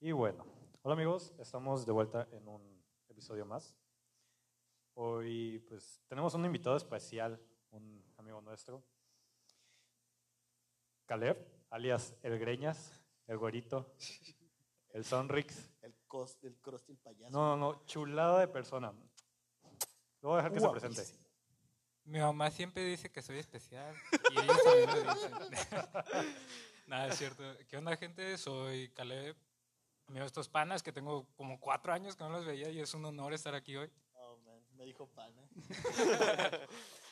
Y bueno, hola amigos, estamos de vuelta en un episodio más. Hoy pues tenemos un invitado especial, un amigo nuestro, Caleb, alias El Greñas, El Güerito, El Sonrix. El, cos, el crusty, el payaso. No, no, no, chulada de persona. Lo voy a dejar que se presente. Guapísimo. Mi mamá siempre dice que soy especial y ellos también lo dicen. Nada, es cierto. ¿Qué onda, gente? Soy Caleb, amigo de estos panas que tengo como cuatro años que no los veía y es un honor estar aquí hoy. Oh, man, me dijo ¿eh? pana.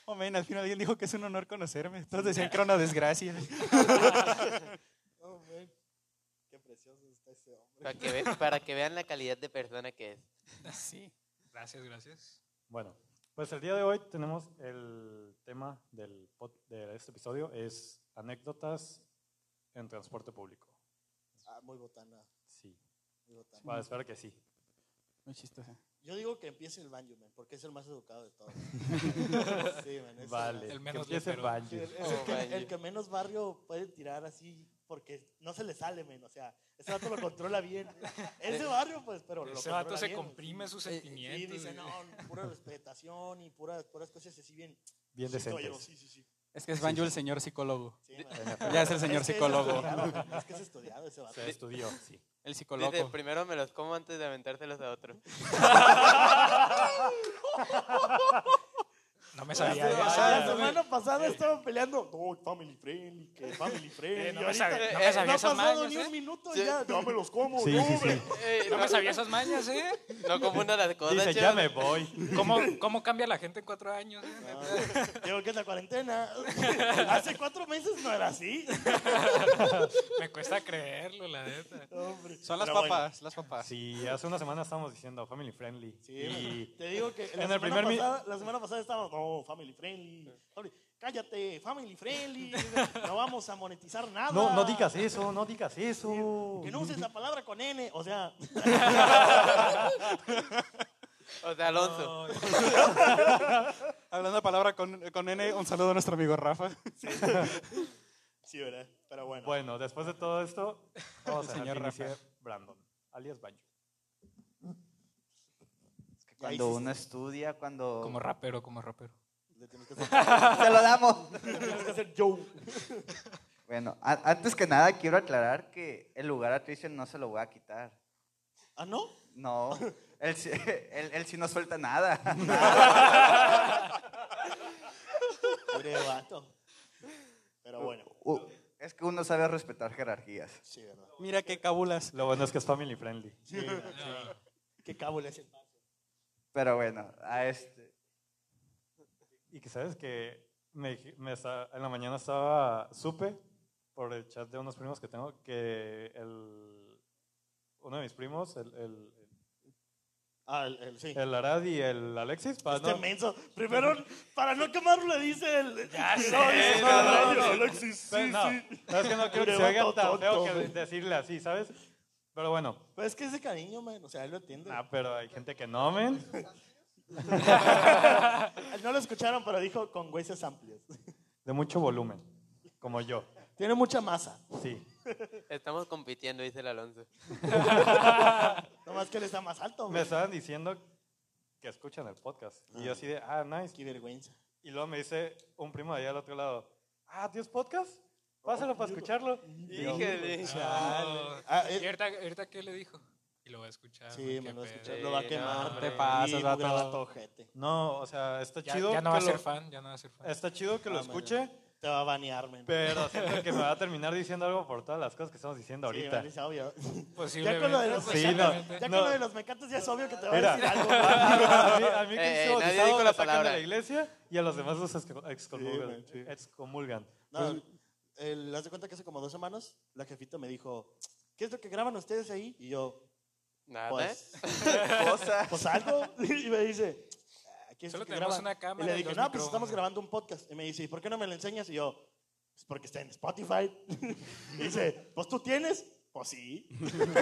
Oh, men, al final alguien dijo que es un honor conocerme. Todos decían que era una desgracia. Oh, man. Qué precioso está ese hombre. Para que, ve- para que vean la calidad de persona que es. Sí. Gracias, gracias. Bueno, pues el día de hoy tenemos el tema del pod- de este episodio, es anécdotas en transporte público. Ah, muy botana. Sí, Muy botana. para esperar que sí. Muy chistosa. Yo digo que empiece el Banjo, man, porque es el más educado de todos. sí, man, es Vale, El que menos empiece el lepero. Sí, banjo. el- es Oh, el, que, Banjo. el que menos barrio puede tirar así porque no se le sale, men. O sea, ese vato lo controla bien. Ese barrio, pues, pero lo Ese vato controla se bien. comprime sus sentimientos. Sí, dice, güey. no, pura respetación y puras, puras cosas así bien. Bien sí, caballero, decentes. sí, sí, sí. Es que es Banjo el señor psicólogo. Sí, man. Ya es el señor Es que es psicólogo. estudiado, man, Es que es estudiado ese vato. Se estudió, sí. El Dice, psicólogo. primero me los como antes de aventárselos a otro. No me La sabía semana- esa. la semana pasada estaban peleando. No, family friendly, que family friendly. Eh, no y me sabía, ahorita- no no me sabía ha esas pasado mañas, ni un ¿eh? minuto Sí. ya. No me los como. Sí, no, sí, hombre. sí. Eh, No no, me sabía esas mañas, ¿eh? no confundas las cosas, Dice, ya chaval. me voy. ¿Cómo, cómo cambia la gente en cuatro años? eh? Digo que es la cuarentena. Hace cuatro meses no era así. Me cuesta creerlo, la neta. Hombre. Son las Pero papas, las papas. Sí, hace una semana estábamos diciendo family friendly. bueno, sí, y te digo que la, el semana primer mi- pasada, la semana pasada estábamos, no, family friendly. family- Cállate, family friendly. No vamos a monetizar nada. no, no digas eso, no digas eso. Que no uses la palabra con N. O sea, O sea, Alonso. Hablando de palabra con, con N, un saludo a nuestro amigo Rafa. sí, ¿verdad? Pero bueno. Bueno, después de todo esto, vamos a El señor señor Rafael Rafa. Brandon, alias Banjo. Ya Cuando hiciste. uno estudia, cuando... Como rapero, como rapero. Le tienes que hacer, ¡Se lo damos! le tienes que hacer yo. bueno, a- antes que nada quiero aclarar que el lugar a Trishan no se lo voy a quitar. ¿Ah, no? No, él, sí- él, él sí no suelta nada. Pobre vato. Pero bueno. U- es que uno sabe respetar jerarquías. Sí, ¿verdad? Mira qué cabulas. Lo bueno es que es family friendly. Sí, ¿verdad? Qué cabo le hacen. Pero bueno, a este... Y que sabes que me, dij- me esta- en la mañana estaba, supe por el chat de unos primos que tengo que el, uno de mis primos, el, el, Ah, el, el- sí. el Arad y el Alexis, pa- Este no, menso. Primero, para no quemarlo, le dice el. Ya sé. no, no, no. Alexis, sí, Pero pues, no, sí. no, es que no quiero que se Levanto oiga tan feo tonto, que güey. decirle así, ¿sabes? Pero bueno, Pero es que es de cariño, man. O sea, él lo entiende. ah, pero hay gente que no, men. pues. No lo escucharon, pero dijo con huesos amplios. De mucho volumen, como yo, Tiene mucha masa. sí. Estamos compitiendo, dice el Alonso. Nomás que él está más alto, Me man. estaban diciendo que escuchan el podcast. Y yo así de, ah, nice. Qué vergüenza. Y luego me dice un primo de allá al otro lado, ah, ¿tienes podcast? Pásalo para escucharlo. Y dije, Híjole. No. Ah, eh, ¿Y ahorita, ahorita qué le dijo? Y lo voy a escuchar. sí, me güey, qué lo va a pedo. escuchar. Lo va a Sí, quemar. no, te pasas, Sí, vato. grabato, ojete. no, o sea, está Ya, chido. ya no va a que ser lo- fan, ya no va a ser fan. Está chido que lo Ah, man. escuche, Te va a banear, man. pero siento que me va a terminar diciendo algo por todas las cosas que estamos diciendo Sí, ahorita. man, es obvio. Ya Posiblemente, con lo de los Sí, no, mecates, no. ya con lo de los mecates ya es obvio que te va a Mira. decir algo. man. a mí, a mí que Eh, hizo eh, nadie bautizado dijo me la sacan de palabra. la iglesia y a los demás los exco- excomulgan. man, sí. excomulgan. No, el- haz de cuenta que hace como dos semanas la jefita me dijo, ¿qué es lo que graban ustedes ahí? Y yo, Nada. pues, Cosa. pues algo. Y me dice, "Ah, ¿qué es Solo lo que tenemos graban? una cámara y le y dije, dos no, pues estamos micrófonos". grabando un podcast. Y me dice, ¿y por qué no me lo enseñas? Y yo, pues porque está en Spotify. Y dice, pues tú tienes. Pues sí.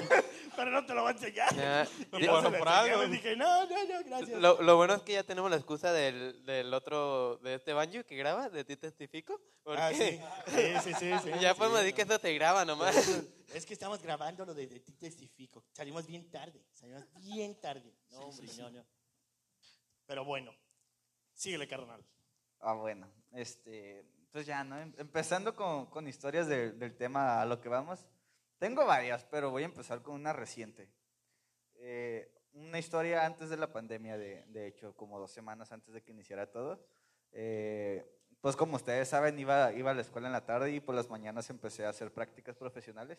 Pero no te lo voy a enseñar. Ya. Y Di- no se lo por algo. enseñaba y dije, no, no, no, gracias. Lo, lo bueno es que ya tenemos la excusa del, del otro, de este banjo que graba, de ti testifico. Porque Ah, sí. Sí, sí, sí, sí, sí, ya pues podemos decir no. que esto te graba nomás. Es que estamos grabando lo de, de Ti Testifico. Salimos bien tarde. Salimos bien tarde. No, hombre, no, no. Pero bueno, síguele, carnal. Ah, bueno. Este, pues ya, ¿no? Em- Empezando con, con historias de- del tema a lo que vamos. Tengo varias, pero voy a empezar con una reciente. Eh, una historia antes de la pandemia, de, de hecho, como dos semanas antes de que iniciara todo. Eh, pues como ustedes saben, iba, iba a la escuela en la tarde y por las mañanas empecé a hacer prácticas profesionales.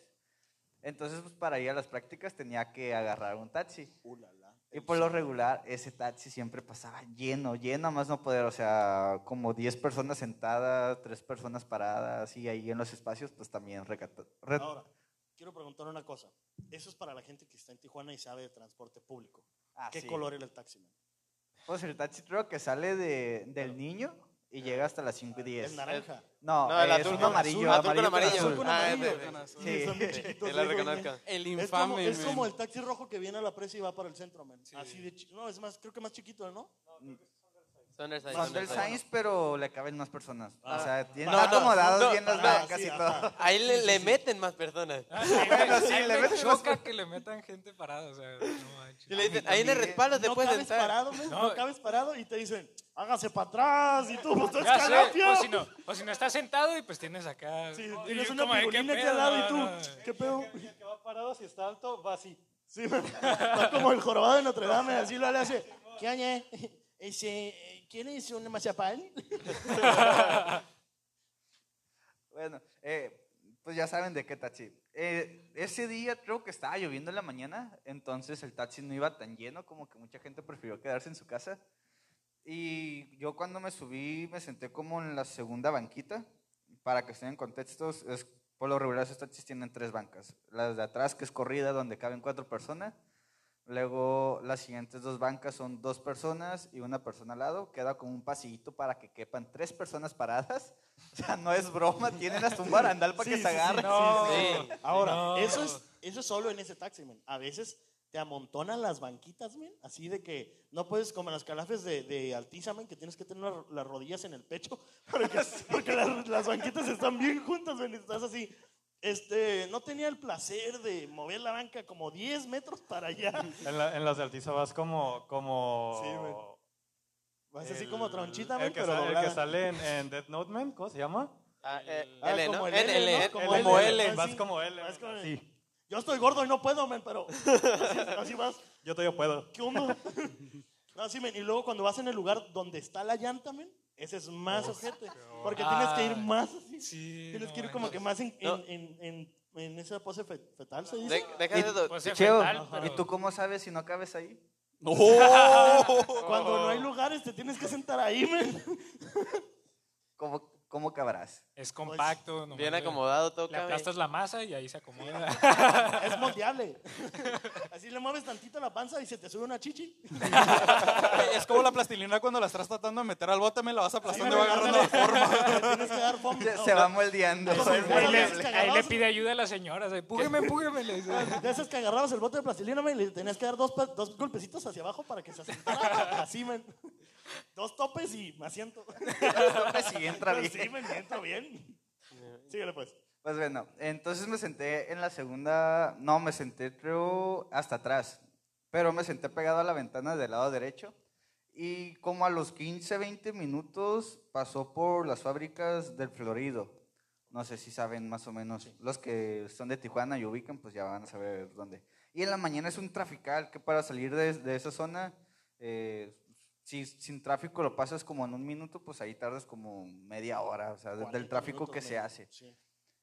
Entonces, pues para ir a las prácticas tenía que agarrar un taxi. Uh, la, la. Y por lo regular, ese taxi siempre pasaba lleno, lleno a más no poder, o sea, como 10 personas sentadas, 3 personas paradas, y ahí en los espacios, pues también recata- re- Ahora, quiero preguntar una cosa. Eso es para la gente que está en Tijuana y sabe de transporte público. Ah, ¿Qué sí. color era el taxi? man? Pues el taxi creo que sale de- del niño y llega hasta las 5 y El 10. naranja. No, No, el es azul un con amarillo, azul, azul amarillo, con con amarillo. Ah, azul. amarillo. ese, ese. Sí. Sí, son bien chiquitos, Sí, lo sí, güey, reconozco. El Es como, infame. es men. como el taxi rojo que viene a la presa y va para el centro, man. Sí. Así de chi- No, es más, creo que más chiquito, ¿no? Son del Sainz, Son son del del Sainz. Sainz, pero le caben más personas. Ah. o sea, tienen No, no, acomodados no, bien las no, bancas sí, y ajá. todo. Ahí le, le meten más personas. Bueno, sí, A mí le me meten los- choca que le metan gente parada, o sea, no manches. Y le dicen, ahí en el respaldo te no puedes cabes sentar. parado, men, no. No. cabes parado y te dicen, hágase para atrás y tú, pues tú Ya sé, escalapio. o si no, o si no estás sentado y pues tienes acá. Sí, y tienes yo una como de, ¿qué pirulina aquí pedo? al lado y No, tú, no. ¿qué pedo? El que va parado, si está alto, va así. Sí, men, está como el jorobado de Notre Dame, así lo hace. ¿Qué oye? Ese, eh, ¿Quieres un mazapán? Bueno, eh, pues ya saben de qué taxi. Eh, ese día creo que estaba lloviendo en la mañana, entonces el taxi no iba tan lleno, como que mucha gente prefirió quedarse en su casa. Y yo cuando me subí me senté como en la segunda banquita. Para que estén en contextos, es, por lo regular esos taxis tienen tres bancas. Las de atrás, que es corrida, donde caben cuatro personas. Luego las siguientes dos bancas son dos personas y una persona al lado. Queda como un pasillito para que quepan tres personas paradas. O sea, no es broma, tienen hasta un barandal para que se agarren. No. Sí. Ahora, No. eso, es, eso es solo en ese taxi, men. A veces te amontonan las banquitas, men. Así de que no puedes, como en las calafes de, de Altiza, men, que tienes que tener las- las rodillas en el pecho. Porque, porque las, las banquitas están bien juntas, men. y Estás así. Este, no tenía el placer de mover la banca como 10 metros para allá. En, la- en las de Altiza vas como. como Sí, güey. Vas así el- como tronchita, el men, que, pero sale, el que doblada. sale en, en Death Note, man, ¿cómo se llama? Ah, eh, Ah, L, como ¿no? el L, L, ¿no? L, Como como L. L. Vas sí. como L. Vas como- Sí, Yo estoy gordo y no puedo, men, pero así, así vas. yo todavía puedo. ¿Qué onda? no, sí, men, y luego cuando vas en el lugar donde está la llanta, men, ese es más ojete. Porque tienes que ir más así. Sí, tienes no que ir como que manches. más en, No. en, en, en- en esa pose fe- fetal, se dice. De- deja de do- Pues se Cheo, fetal, pero- ¿y tú cómo sabes si no cabes ahí? Cuando no hay lugares, te tienes que sentar ahí, men. ¿Cómo, cómo cabrás? Es compacto, nomás Bien le- acomodado, Le toca. aplastas la masa y ahí se acomoda. es moldeable. así le mueves tantito la panza y se te sube una chichi. Es como la plastilina cuando la estás tratando de meter al bote, me la vas aplastando y va agarrando la forma. forma. tienes que dar forma. Se, se va moldeando. Como el Ahí le, mueble. ahí le pide ayuda a las señoras. ahí, Empújeme, empújeme. le dice. De esas que agarrabas el bote de plastilina, men, y le tenías que dar dos, pa- dos golpecitos hacia abajo para que se asentara. Así, men. Dos topes y me asiento. Si Pues entra Pero bien. Pues Sí, me entra bien. Síguele, pues. Pues bueno, entonces me senté en la segunda, no, me senté creo hasta atrás, pero me senté pegado a la ventana del lado derecho y como a los 15, 20 minutos pasó por las fábricas del Florido. No sé si saben más o menos, los que son de Tijuana y ubican, pues ya van a saber dónde. Y en la mañana es un trafical que para salir de, de esa zona, eh, si sin tráfico lo pasas como en un minuto, pues ahí tardas como media hora, o sea, del 40 tráfico minutos, que se men. hace. Sí.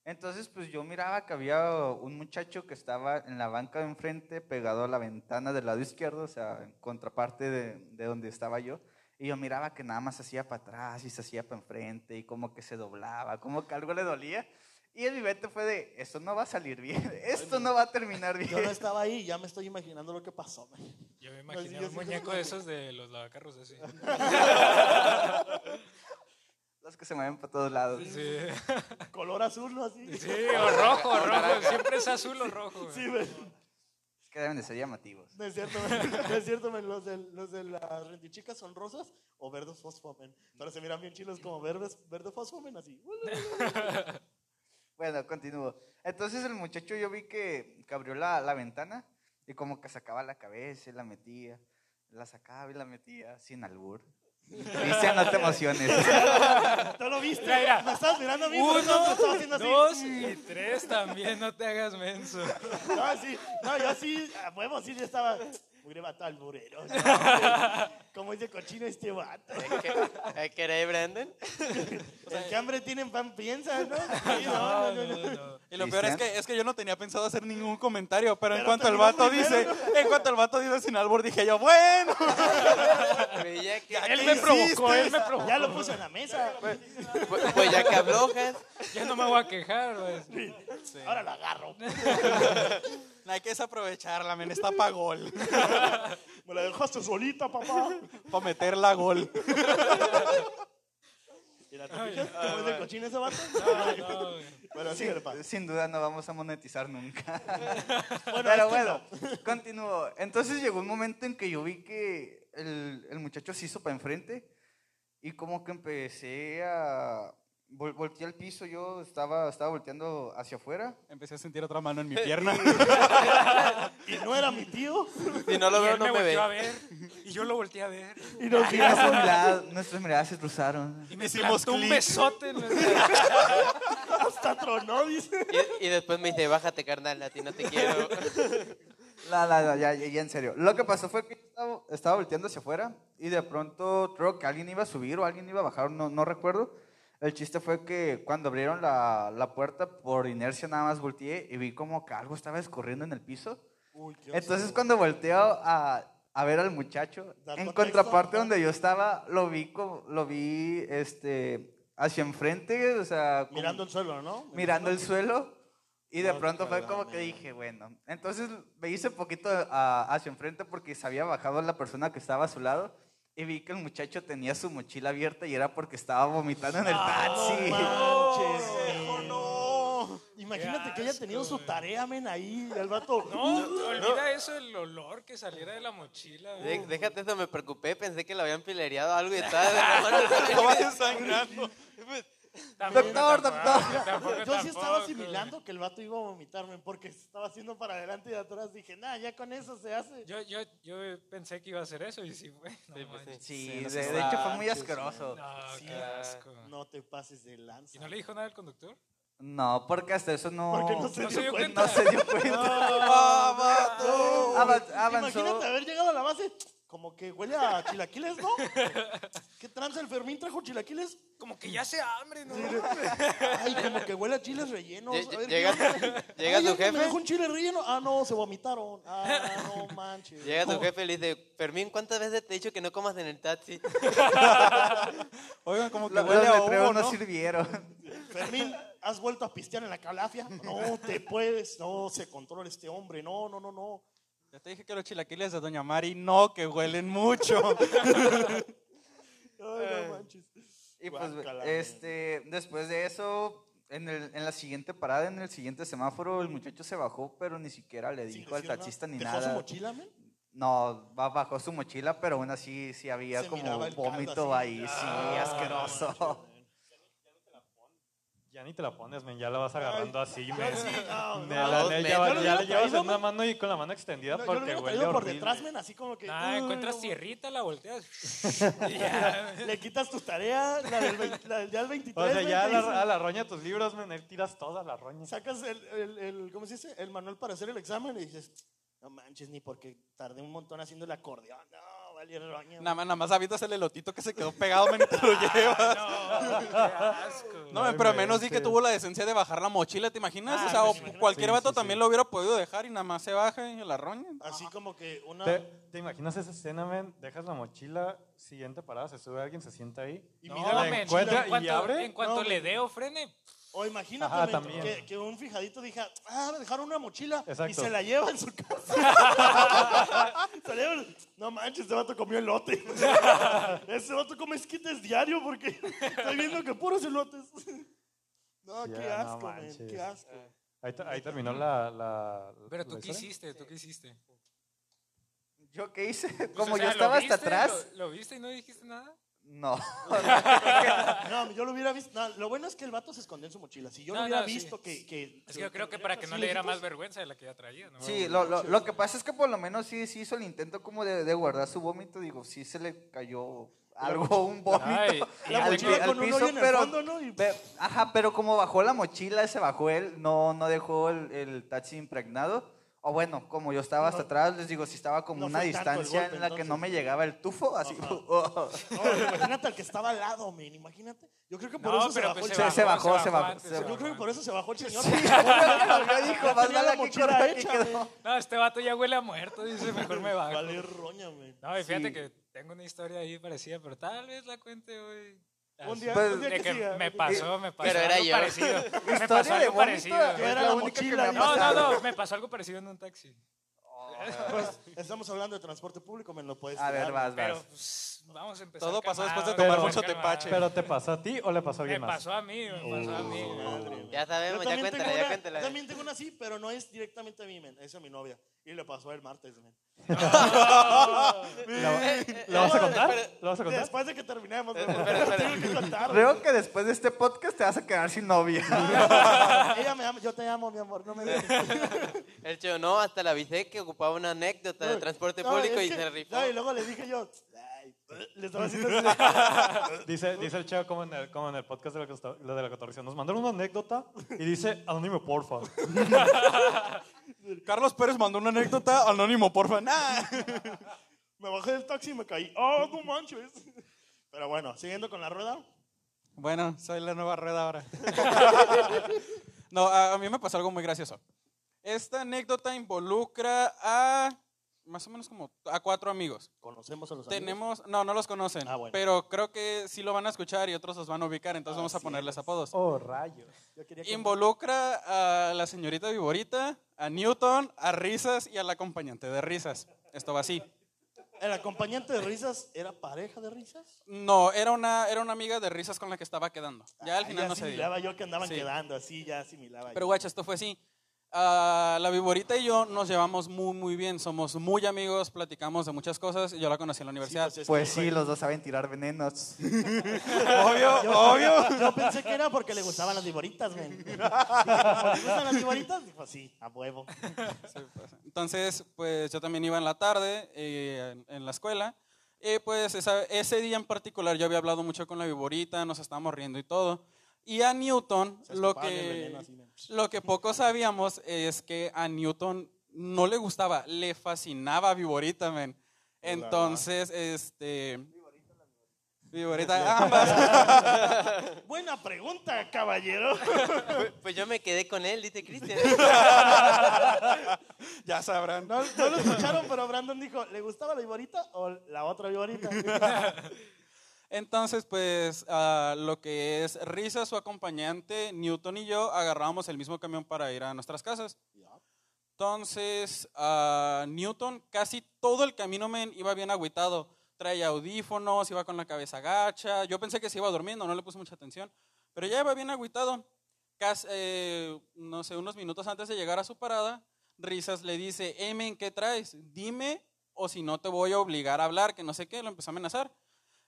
Entonces, pues yo miraba que había un muchacho que estaba en la banca de enfrente, pegado a la ventana del lado izquierdo, o sea, en contraparte de, de donde estaba yo. Y yo miraba que nada más se hacía para atrás y se hacía para enfrente y como que se doblaba, como que algo le dolía. Y el vivete fue de, esto no va a salir bien, esto no va a terminar bien. Yo no estaba ahí y ya me estoy imaginando lo que pasó, men. Yo me No, sí, imaginé yo un sí. muñeco de esos de los lavacarros así. Lo patas que se mueven para todos lados. Sí, Color azul, ¿no? Así. sí o rojo, o rojo. Siempre es azul o rojo. güey. Sí, güey. Es que deben de ser llamativos. No es cierto, men. No es cierto, men. Los de, los de las rendichicas son rosas o verdes fosfomen. Pero se miran bien chilos como verdes, verde fosfomen, así. Bueno, continúo. Entonces el muchacho yo vi que, que abrió la, la ventana y como que sacaba la cabeza y la metía. La sacaba y la metía sin albur. Cristian, no te emociones. ¿No lo viste? Mira, mira. Me estabas mirando a mí, por eso te estaba haciendo Uno, así. dos y tres también, no te hagas menso. No, sí, no, yo sí, a huevo, sí, yo estaba. Mugre vato alburero. ¿no? ¿Cómo es de cochino este vato? ¿Qué- ¿Qué era, Brandon? El que hambre tienen pan piensa, ¿no? Sí, No, no, no, no. no, no. Y lo peor es ¿Cristian? que, es que yo no tenía pensado hacer ningún comentario, pero, en Pero cuanto el terminó vato primero, dice, en cuanto el vato dice sin albur, dije yo, bueno. Creía que- Él me provocó, él me provocó. Ya lo puso en la mesa. Pues, pues ya que abrojas. Ya no me voy a quejar, güey. Ahora lo agarro. Hay que desaprovecharla, men, está pa' gol. Me la dejaste solita, papá. Para meterla gol. Mira, ¿te fijas? ¿Cómo es de cochino ese vato? No, güey. Bueno, sí, papá. Sin duda no vamos a monetizar nunca. Bueno, Pero este bueno, continúo. Entonces llegó un momento en que yo vi que el, el muchacho se hizo para enfrente y como que empecé a... vol- volteé al piso, yo estaba, estaba volteando hacia afuera. Empecé a sentir otra mano en mi pierna. Y no era mi tío. Si no lo Y veo, él me no me volteó a ve. ver. Y yo lo volteé a ver. Y nos Y miramos. nuestras miradas- nuestras miradas se cruzaron. Y me Hicimos plantó un clic. besote. en la- Hasta tronó, dice. Y, y después me dice, bájate, carnal, a ti no te quiero. La, la, la, ya, ya, ya, en serio. Lo que pasó fue que yo estaba, estaba volteando hacia afuera y de pronto creo que alguien iba a subir o alguien iba a bajar, no, no recuerdo. El chiste fue que cuando abrieron la, la puerta, por inercia nada más volteé y vi como que algo estaba escurriendo en el piso. Entonces cuando volteo a, a ver al muchacho, Dar en contexto, Ah. contraparte ajá. donde yo estaba, lo vi, como- lo vi este, hacia enfrente, o sea... como- Mirando el suelo, Pues, ¿no? mirando el suelo y de No, pronto fue como que perdóname. dije, bueno, entonces me hice poquito a- hacia enfrente porque se había bajado la persona que estaba a su lado y vi que el muchacho tenía su mochila abierta y era porque estaba vomitando en el taxi. manches, men. Imagínate Qué que haya asco, tenido su güey. tarea, men, ahí, el vato. No, olvida eso, el olor que saliera de la mochila. güey. De- déjate eso, me preocupé, pensé que lo habían pilereado algo y estaba de la mano. Tampoco, Doctor, tampoco, doctor. tampoco, Yo sí estaba tampoco, asimilando que el vato iba a vomitarme porque se estaba haciendo para adelante y de atrás. Dije, nah, ya con eso se hace. güey. Yo, yo, yo pensé que iba a hacer eso y sí fue. No, manches. Sí, de, de hecho fue muy asqueroso. No, Sí. qué asco. No te pases de lanza. ¿Y no le dijo nada al conductor? No, porque hasta eso no, Porque no se No dio se dio cuenta. no se dio cuenta. Avan- avanzó. Imagínate haber llegado a la base. Como que huele a chilaquiles, ¿no? ¿Qué tranza el Fermín trajo chilaquiles? Como que ya se hambre, ¿no? Ay, como que huele a chiles rellenos. Lle- A ver, llega- ¿qué onda? llega Ay, tu es que Me jefe. dejó un chile relleno. Ah, no, se vomitaron. Ah, no manches. Llega tu jefe y le dice, Fermín, ¿cuántas veces te he dicho que no comas en el taxi? Oigan, como que Los huele a letreros humo, no ¿no? sirvieron. Fermín, ¿has vuelto a pistear en la calafia? No te puedes, no se controla este hombre, no, no, no, no. Ya te dije que los chilaquiles de Doña Mari no, que huelen mucho. Eh, Ay, no manches. Y pues, Guácala, este, después de eso, en, el- en la siguiente parada, en el siguiente semáforo, el muchacho se bajó, pero ni siquiera le Sin dijo al decir nada. taxista ni ¿Dejó su nada. mochila, men? No, ba- bajó su mochila, pero aún así sí había Se como miraba el caldo vómito así. Ah, ahí, sí, asqueroso. Ya ni te la pones, men, ya la vas agarrando así, men. no, no. De la- Dos de- metros. ya va- Yo lo ya hubiera le llevas traído, en una men. mano y con la mano extendida No, yo lo porque hubiera huele traído por horrible. detrás, men, así como que. uh, Nah, "Uy, encuentras no". tierrita, Ah, la volteas. y ya, güey. Le quitas tu tarea, la del, vein- la del día del 23. o sea, men, ya a te dicen, la, a la roña tus libros, men, ahí tiras toda la roña. Sacas el, el, el- ¿cómo se dice? El manual para hacer el examen y dices, no manches, ni porque tardé un montón haciendo el acordeón. No, vale, roña. Nada más, nada más habitas el elotito que se quedó pegado, men, y te lo llevas. No, qué asco. No, Ay, men, pero al men, menos di que sí. tuvo la decencia de bajar la mochila, ¿te imaginas? Ah, o sea, men, o imagínate. cualquier Sí, vato sí, también sí. lo hubiera podido dejar y nada más se baja y la roña. Así como que una. ¿Te, te imaginas esa escena, men? Dejas la mochila, siguiente parada, se sube alguien, se sienta ahí. Y No, mira la men, mochila. encuentra- en y cuanto, abre. en No, cuanto le deo frene, O imagínate Ajá, men, también. que, que un fijadito diga, ah, me dejaron una mochila y Exacto. se la lleva en su casa. Se la lleva- no manches, este vato comió elote. Ese vato come esquites diario porque estoy viendo que puros elotes. No, Ya, qué no asco, men, manches. qué asco. Ahí, ta- ahí terminó la. la Pero tú la qué historia. hiciste, tú qué hiciste. ¿Yo qué hice? Pues, Como o sea, yo ¿lo estaba hasta viste? atrás. ¿Lo, lo viste y no dijiste nada? No. No, yo lo hubiera visto. no, lo bueno es que el vato se escondió en su mochila. Si yo lo No, hubiera no, sí. visto que, que. Es que yo creo que para que no le diera más vergüenza de la que ya traía. ¿no? Sí, lo, lo- lo que pasa es que por lo menos sí, sí hizo el intento como de, de guardar su vómito. Digo, sí se le cayó algo, un vómito Ay, y La al, mochila pi- al con un hoyo piso, en el pero... fondo, ¿no? Y- pe- Ajá, pero como bajó la mochila, se bajó él, no, no dejó el, el taxi impregnado. O bueno, como yo estaba hasta No. atrás, les digo, si estaba como No una fue tanto el distancia golpe, en la que no entonces. me llegaba el tufo, así. Ajá. oh. No, imagínate al que estaba al lado, men, imagínate. Yo creo que por No, eso se pero bajó pues el se chavo. bajó, se bajó, antes, se Yo creo que por eso se bajó el señor. Yo dijo, Ya más tenía vale la aquí mochila cortar que hecha, quedó". men. No, este vato ya huele a muerto, dice, mejor me bajo. Vale, roña, men. No, y fíjate Sí. que tengo una historia ahí parecida, pero tal vez la cuente hoy. Un día, Pues, un día Ah, De que, ¿eh? que siga. me pasó, me pasó Pero era algo yo. parecido. Me pasó Historia de ¿eh? algo vómito parecido. es Era la la única que me mochila, ha dice. No, no, pasado. no, me pasó algo parecido en un taxi. Oh. Pues, estamos hablando de transporte público, men, lo puedes A ver, tirar, vas, Pero vas. pues, vamos a empezar. Todo pasó calmados, después de tomar con mucho calma. tepache. ¿Pero te pasó a ti o le pasó a Me alguien más? pasó a mí, me pasó a mí. men. Madre, men. Ya sabemos, Yo ya también cuéntala, tengo ya una- cuéntala. Yo también tengo una así, pero no es directamente a mí, men. Esa es mi novia. Y le pasó el martes, men. ¿Lo Eh, vas a contar? Espera. ¿Lo vas a contar? Después de que terminemos, men. espera, espera. Tengo que contar, men. Creo que después de este podcast te vas a quedar sin novia. Ella me ama, yo te amo, mi amor, no me dejes. El chido, no, hasta le avisé que ocupaba una anécdota de transporte No, público es y que- se rifó. no, y luego le dije yo, ay, le estaba haciendo así. Dice, dice el chavo como en el, como en el podcast de la, costa- lo de la cotorrición. Nos mandaron una anécdota y dice, anónimo, porfa. Carlos Pérez mandó una anécdota anónimo, porfa. Nah. me bajé del taxi y me caí. Oh, no manches. Pero bueno, siguiendo con la rueda. Bueno, soy la nueva red ahora. no, a, a mí me pasó algo muy gracioso. Esta anécdota involucra a más o menos como a cuatro amigos. Conocemos a los amigos. Tenemos, no, no los conocen, Ah, bueno. Ah, pero creo que sí lo van a escuchar y otros los van a ubicar, entonces vamos a Así ponerles apodos. Oh, rayos. Yo quería que- Involucra a la señorita Viborita, a Newton, a Risas y al acompañante de Risas. Esto va así. El acompañante de risas era pareja de risas. No, era una, era una amiga de Risas con la que estaba quedando. Ya al Ah, final no se dio. asimilaba yo que andaban Sí. quedando, así ya asimilaba. yo. Pero guacha, esto fue así. Ah, la Viborita y yo nos llevamos muy, muy bien. Somos muy amigos, platicamos de muchas cosas. y Yo la conocí en la Sí, universidad. es Pues que- sí, los dos saben tirar venenos. obvio, obvio. Yo pensé que era porque le gustaban las viboritas, men. Dije, ¿Como le gustan las viboritas? Dijo, sí, a huevo. Entonces, pues yo también iba en la tarde eh, en, en la escuela. Y pues esa- ese día en particular yo había hablado mucho con la Viborita, nos estábamos riendo y todo. Y a Newton, Se lo escupaban el que, veneno así, men. lo que pocos sabíamos es que a Newton no le gustaba, le fascinaba a Viborita, men. Entonces, este... Viborita, ambas. Buena pregunta, caballero. Pues, pues yo me quedé con él, dice Cristian. ya sabrán. No, no lo escucharon, pero Brandon dijo, ¿le gustaba la viborita o la otra viborita? Entonces, pues, ah, lo que es Risa, su acompañante, Newton y yo agarrábamos el mismo camión para ir a nuestras casas. Entonces, ah, Newton casi todo el camino men, iba bien agüitado. Traía audífonos, iba con la cabeza gacha. Yo pensé que se iba durmiendo, no le puse mucha atención. Pero ya iba bien agüitado. Cas- eh, no sé, unos minutos antes de llegar a su parada, Risas le dice, "Ey, men, ¿qué traes? Dime o si no te voy a obligar a hablar, que no sé qué. Lo empezó a amenazar.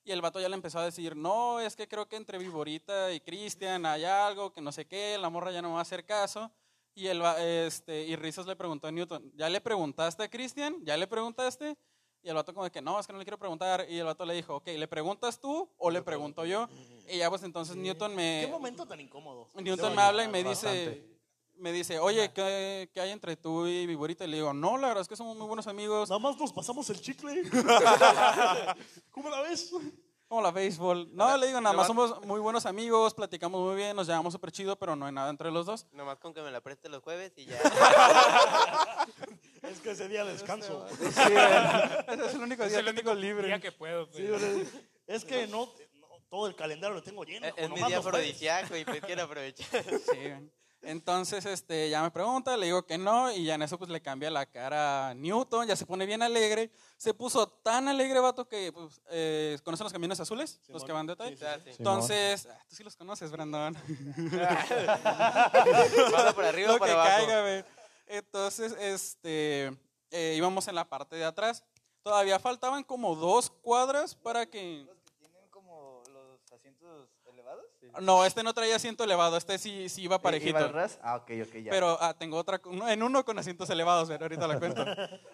Y el vato ya le empezó a decir, no, es que creo que entre Viborita y Cristian hay algo, que no sé qué, la morra ya no me va a hacer caso. Y, el, va- este, y Rizos le preguntó a Newton, ¿ya le preguntaste a Cristian? ¿Ya le preguntaste? Y el vato como de que, no, es que no le quiero preguntar. Y el vato le dijo, ok, ¿le preguntas tú o le pregunto yo? Y ya pues entonces Newton me... Qué momento tan incómodo. Newton me habla y me dice, Bastante. me dice, oye, ¿qué, qué hay entre tú y Viborita? Y le digo, no, la verdad es que somos muy buenos amigos. Nada más nos pasamos el chicle. ¿Cómo la ves? Como la béisbol. No, le digo, nada le más va- somos muy buenos amigos, platicamos muy bien, nos llevamos súper chido, pero no hay nada entre los dos. Nomás con que me la preste los jueves y ya. Es que ese día descanso. Ese es el único Es día el que único tengo día libre. que puedo. pues. Es que no, no, todo el calendario lo tengo lleno. Eh, como Es, es mi nomás día los jueves. afrodisíaco y pues quiero aprovechar. Sí, güey. Entonces, este, ya me pregunta, le digo que no, y ya en eso pues le cambia la cara a Newton, ya se pone bien alegre. Se puso tan alegre, vato, que pues, eh, ¿conocen los camiones azules? Simón. los que van de O sea, sí. Sí, Entonces, ah, tú sí los conoces, Brandon. Pasa por arriba o Lo por que abajo. caiga, güey. Entonces, este, eh, íbamos en la parte de atrás. Todavía faltaban como dos cuadras para que... Los que tienen como los asientos elevados. No, este no traía asiento elevado, este sí, sí iba parejito. ¿Iba al ras? Ah, ok, ok, ya. Pero ah, tengo otra, uno- en uno con asientos elevados, pero ahorita la cuento.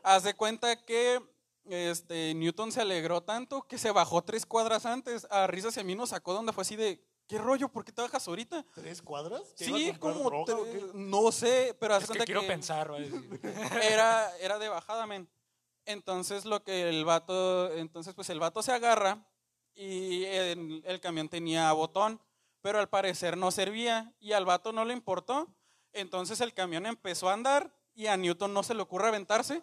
Hace cuenta que este, Newton se alegró tanto que se bajó tres cuadras antes. A risas y a mí nos sacó donde fue así de, ¿qué rollo? ¿Por qué te bajas ahorita? ¿Tres cuadras? ¿Te Sí, iba a comprar como, droga o tre- qué? no sé, pero hace Es que cuenta quiero que pensar, va a decir. era, era de bajada, men. Entonces lo que el vato, entonces pues el vato se agarra y en- el camión tenía botón, pero al parecer no servía y al vato no le importó. Entonces el camión empezó a andar y a Newton no se le ocurre aventarse.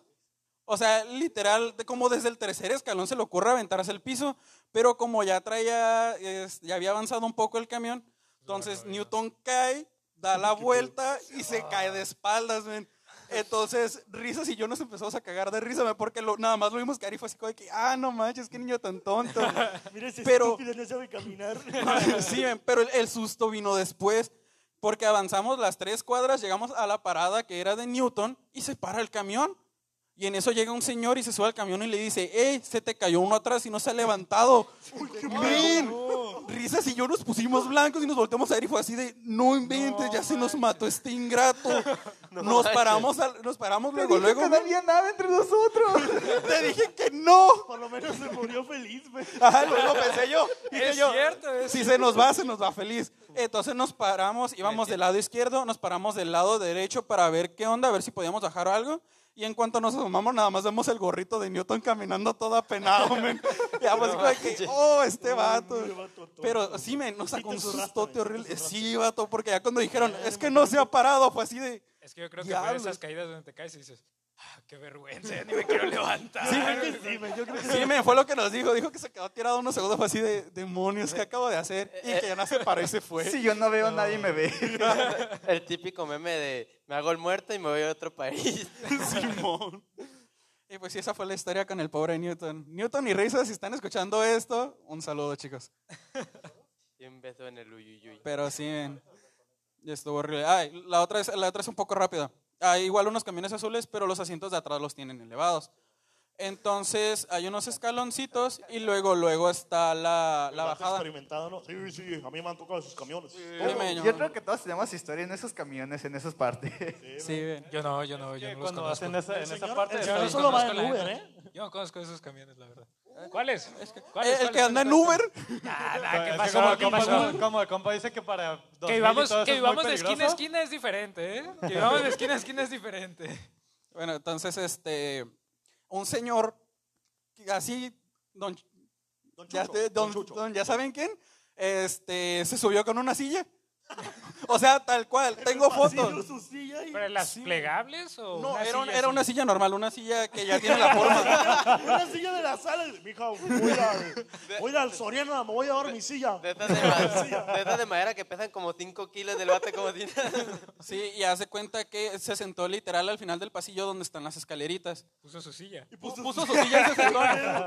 O sea, literal, de- como desde el tercer escalón se le ocurre aventarse el piso, pero como ya traía, es- ya había avanzado un poco el camión, entonces Newton cae, da la vuelta y se cae de espaldas, men. Entonces, risas y yo nos empezamos a cagar de risa, men, porque lo- nada más lo vimos caer y fue así como de que, ah, no manches, qué niño tan tonto. Mira ese Pero- estúpido no sabe caminar. sí, men, pero el, el susto vino después, porque avanzamos las tres cuadras, llegamos a la parada que era de Newton y se para el camión. Y en eso llega un señor y se sube al camión y le dice, hey, se te cayó uno atrás y no se ha levantado. Men, Risas y yo nos pusimos blancos y nos volteamos a ver y fue así de, no inventes, ya se nos mató este ingrato. nos, manches. paramos al- nos paramos luego, luego. que no había nada entre nosotros. men. Te dije que no. Por lo menos se murió feliz, güey. Ajá, luego pensé yo. Dije Es yo, cierto, es si se nos va, se nos va feliz. Entonces nos paramos, íbamos del lado izquierdo, nos paramos del lado derecho para ver qué onda, a ver si podíamos bajar algo. Y en cuanto nos asomamos, nada más vemos el gorrito de Newton caminando todo apenado, men. Ya pues, como de que, oh, este vato. Uy, vato tonto. Pero sí, men, nos Sí, sacó te un zurraste, sustote men, te horrible. zurraste. Sí, vato, porque ya cuando dijeron, es que no se ha parado, fue así de... Es que yo creo que fue de Diablos. esas caídas donde te caes y dices, "Ah, qué vergüenza, ya ni me quiero levantar. Sí, Creo que sí, güey, yo creo que Sí, men, fue lo que nos dijo. Dijo que se quedó tirado unos segundos, fue así de, demonios, ¿qué acabo de hacer? Y que ya no se paró y se fue. Si yo no veo, nadie me ve. El típico meme de me hago el muerto y me voy a otro país. Simón. Y pues sí, esa fue la historia con el pobre Newton. Newton y Risa, si están escuchando esto, un saludo, chicos. Y un beso en el uyuyuy. Pero sí, men, ya estuvo horrible. Ay, la otra es, la otra es un poco rápida. Hay igual unos camiones azules, pero los asientos de atrás los tienen elevados. Entonces hay unos escaloncitos y luego, luego está la, la Vato bajada. experimentado, ¿no? Sí, sí, a mí me han tocado sus camiones. Sí, men, yo- Yo creo que todos tenemos historia en esos camiones, en esas partes. Sí, men. Yo no, yo no, yo no los cuando conozco. hacen esa, en esa parte, el está señor bien. los solo va conozco, en la Uber, neta. Yo no conozco esos camiones, la verdad. ¿Cuáles? ¿Cuáles? Eh, El que ¿Cuáles? anda en Uber. Ah, nah, ¿Qué Es que pasó? como, el ¿Qué compa- pasó? como el compa dice que para 2000 y Que vivamos, todo eso que es muy vivamos de esquina a peligroso. esquina es diferente, ¿eh? Que vivamos de esquina a esquina es diferente. Bueno, entonces, este, un señor, que así, don, Don ya, Chucho, te- don- Don Chucho. don- ya saben quién, este, se subió con una silla. o sea, tal cual, tengo Vacío fotos. su silla y ¿Pero las plegables o No, una era, un- silla era así? una silla normal, una silla que ya tiene la forma. una silla de la sala. y, Mija, voy, a, voy al Soriana, me voy a dar mi silla. De estas de, ma- de estas de madera que pesan como 5 kilos del bate como si nada. Sí, y hace cuenta que se sentó literal al final del pasillo donde están las escaleritas. Puso su silla. Puso su silla y se sentó.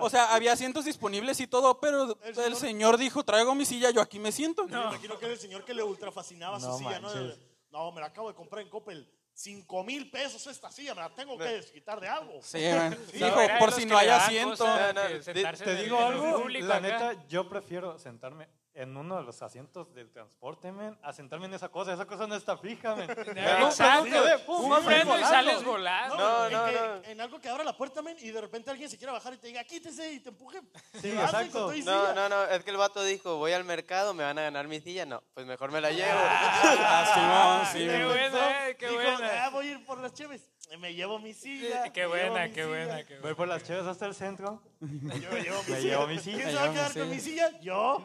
O sea, había asientos disponibles y todo, pero El el señor- señor, dijo, traigo mi silla, yo aquí me siento. Me imagino que era el señor que le ultra fascinaba su No silla, ¿no? manches. No, me la acabo de comprar en Coppel. Cinco mil pesos esta silla, me la tengo que desquitar de algo. Sí, man. No, dijo, era de por los si que no hay le dan asiento. cosa No, no, que te- sentarse Te en el- digo en el algo, público la acá. neta, yo prefiero sentarme en uno de los asientos del transporte, men, a sentarme en esa cosa. Esa cosa no está fija, men. Exacto. Sí, de- pum, Un vas freno y volando. sales volando. No, en, no, que- no. en algo que abra la puerta, men, y de repente alguien se quiera bajar y te diga, quítese y te empuje. Sí, Te vas, men, exacto. con todo y No, silla. no, no. Es que el vato dijo, voy al mercado, me van a ganar mi silla. No, pues mejor me la llevo. Ah, Simón, sí, Qué man. buena, eh, qué Dijo, buena. "Ah, voy a ir por las cheves. Me llevo mi silla. Qué me llevo buena, mi qué silla, buena, qué Voy buena. por las chaves hasta el centro. Yo me llevo mi Me silla. llevo mi silla, ¿Quién me se va a llevo mi quedar con silla. mi silla? Yo.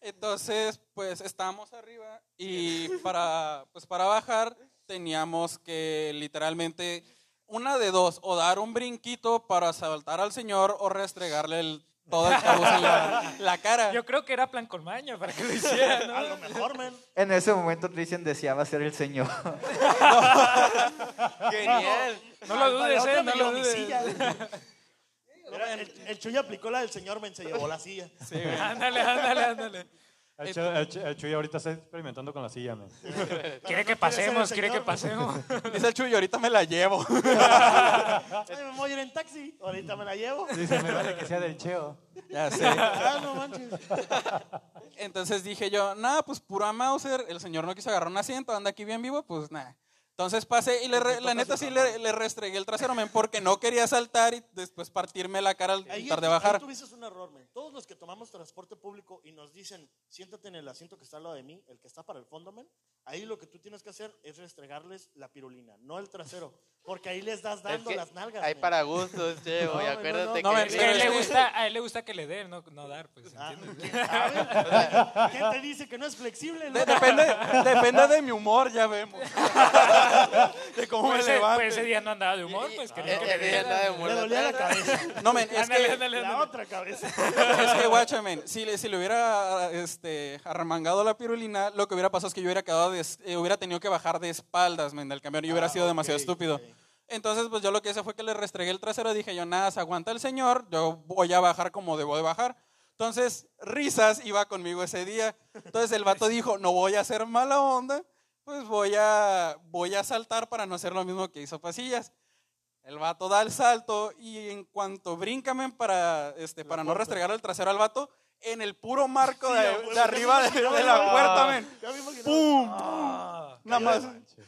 Entonces, pues estábamos arriba y para, pues, para bajar teníamos que literalmente una de dos, o dar un brinquito para saltar al señor o restregarle el, todo el cabuz en la, la cara. Yo creo que era plan con maña para que lo hiciera, A lo ¿no? mejor, men. En ese momento Christian deseaba ser el señor. Genial. No lo dudes, Otra eh, no medio lo dudes. homicida, güey. Era- el, el Chuy aplicó la del señor, men, se llevó la silla. Ándale, ándale, ándale. Eh, El, Chu- el Chu- el Chuy ahorita está experimentando con la silla, men. Quiere que quiere pasemos, ser el quiere que señor, pasemos. Dice el Chuy, ahorita me la llevo. Ay, me voy a ir en taxi, ahorita me la llevo. Dice, me vale que sea del Cheo. ya sé. Ah, no manches. Entonces dije yo, nada, pues pura Mauser, el señor no quiso agarrar un asiento, anda aquí bien vivo, pues nada. Entonces pasé y le re- la neta sí le, le restregué el trasero, men, porque no quería saltar y después partirme la cara al Ahí, tratar de ahí bajar. tuviste un error, men. Todos los que tomamos transporte público y nos dicen, siéntate en el asiento que está al lado de mí, el que está para el fondo, men. Ahí lo que tú tienes que hacer es restregarles la pirulina, no el trasero. Porque ahí les das Es dando que las nalgas. hay men. para gustos, Cheo. y No, acuérdate no, no. No, que. men, Es que eres- a él es le que- gusta, a él le gusta que le den, no, no dar, pues, Ah, ¿entiendes? ¿quién sabe? ¿Quién te dice que no es flexible? De- no? depende, depende de mi humor, ya vemos. de cómo Pues me ese, levanto. pues ese día no andaba de humor, pues Eh, quería que eh, le eh, nada de dieran. Le muerto. dolía la cabeza. No, men, es Ándale, que, ándale, La ándale. otra cabeza. es que guacha, men, si le, si le hubiera este, arremangado la pirulina, lo que hubiera pasado es que yo hubiera, quedado de es- eh, hubiera tenido que bajar de espaldas, men, del camión y hubiera Ah, sido demasiado ok, estúpido. ok. Entonces, pues yo lo que hice fue que le restregué el trasero. Dije yo, nada, se aguanta el señor. Yo voy a bajar como debo de bajar. Entonces, risas iba conmigo ese día. Entonces, el vato dijo, no voy a hacer mala onda. Pues voy a, voy a saltar para no hacer lo mismo que hizo Pasillas. El vato da el salto y en cuanto brincamen para, este, para no restregar el trasero al vato, en el puro marco de, de arriba de, de la puerta, men. Ya me imagino. ¡Pum! Ah, Nada más,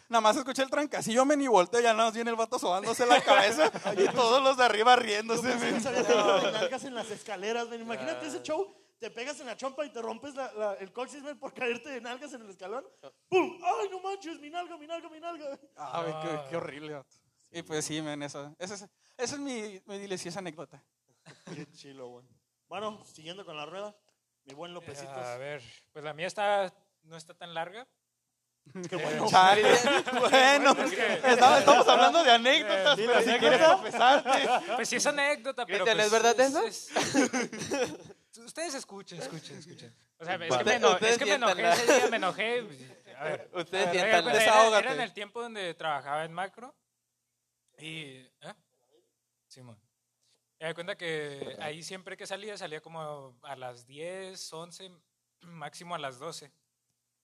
nada más escuché el trancacillo, men, y volteo, ya nada más viene el vato sobándose la cabeza y todos los de arriba riéndose, Pensé que men. sabías que te largas en las escaleras, men. Imagínate ese show. Te pegas en la chompa y te rompes la- la- el coxis, men, por caerte de nalgas en el escalón. ¡Pum! ¡Ay, no manches! ¡Mi nalga, mi nalga, mi nalga! Ah, güey, qué, qué horrible, vato. Y pues sí, men, eso. Esa es, esa es mi, mi deliciosa anécdota. Qué chilo, güey. Bueno, siguiendo con la rueda. Mi buen Lópezitos. A ver, pues la mía está, no está tan larga. Qué bueno. Chale. bueno, estaba- estamos hablando de Eh, anécdotas, Sí, pero la si quieres anécdota. confesarte. Pues sí es anécdota, pero Cristian, pues, ¿es verdad eso? es- Ustedes escuchen, escuchen, escuchen. O sea, es que me, Ustedes- eno- es que me ustedes enojé siéntanla. ese día, me enojé. A ver, Ustedes Era- sientan era- era, Desahógate. en el tiempo donde trabajaba en macro y ¿eh? Simón me da cuenta que ahí siempre que salía salía como a las 10 11 máximo a las 12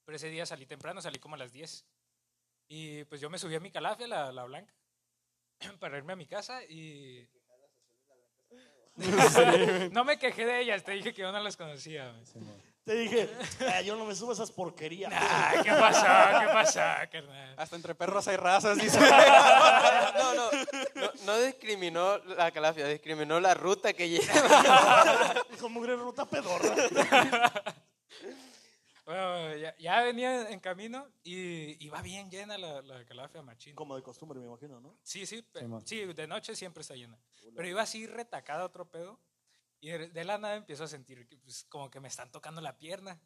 pero ese día salí temprano salí como a las 10 y pues yo me subí a mi calafia la, la blanca para irme a mi casa y no me quejé de ellas te dije que yo no las conocía pues. güey. Te dije, "Ah, yo no me subo a esas porquerías. Ah, qué pasó qué pasó carnal Hasta entre perros hay razas, dice. No, no, no, no discriminó la calafia, discriminó la ruta que lleva. Dijo, mugre ruta pedorra. Bueno, ya, ya venía en camino y iba bien llena la, la calafia machín. Como de costumbre, me imagino, ¿no? Sí, sí, pe- Simón. sí, de noche siempre está llena. Pero iba así retacada a otro pedo y de, de la nada empiezo a sentir que, pues, como que me están tocando la pierna.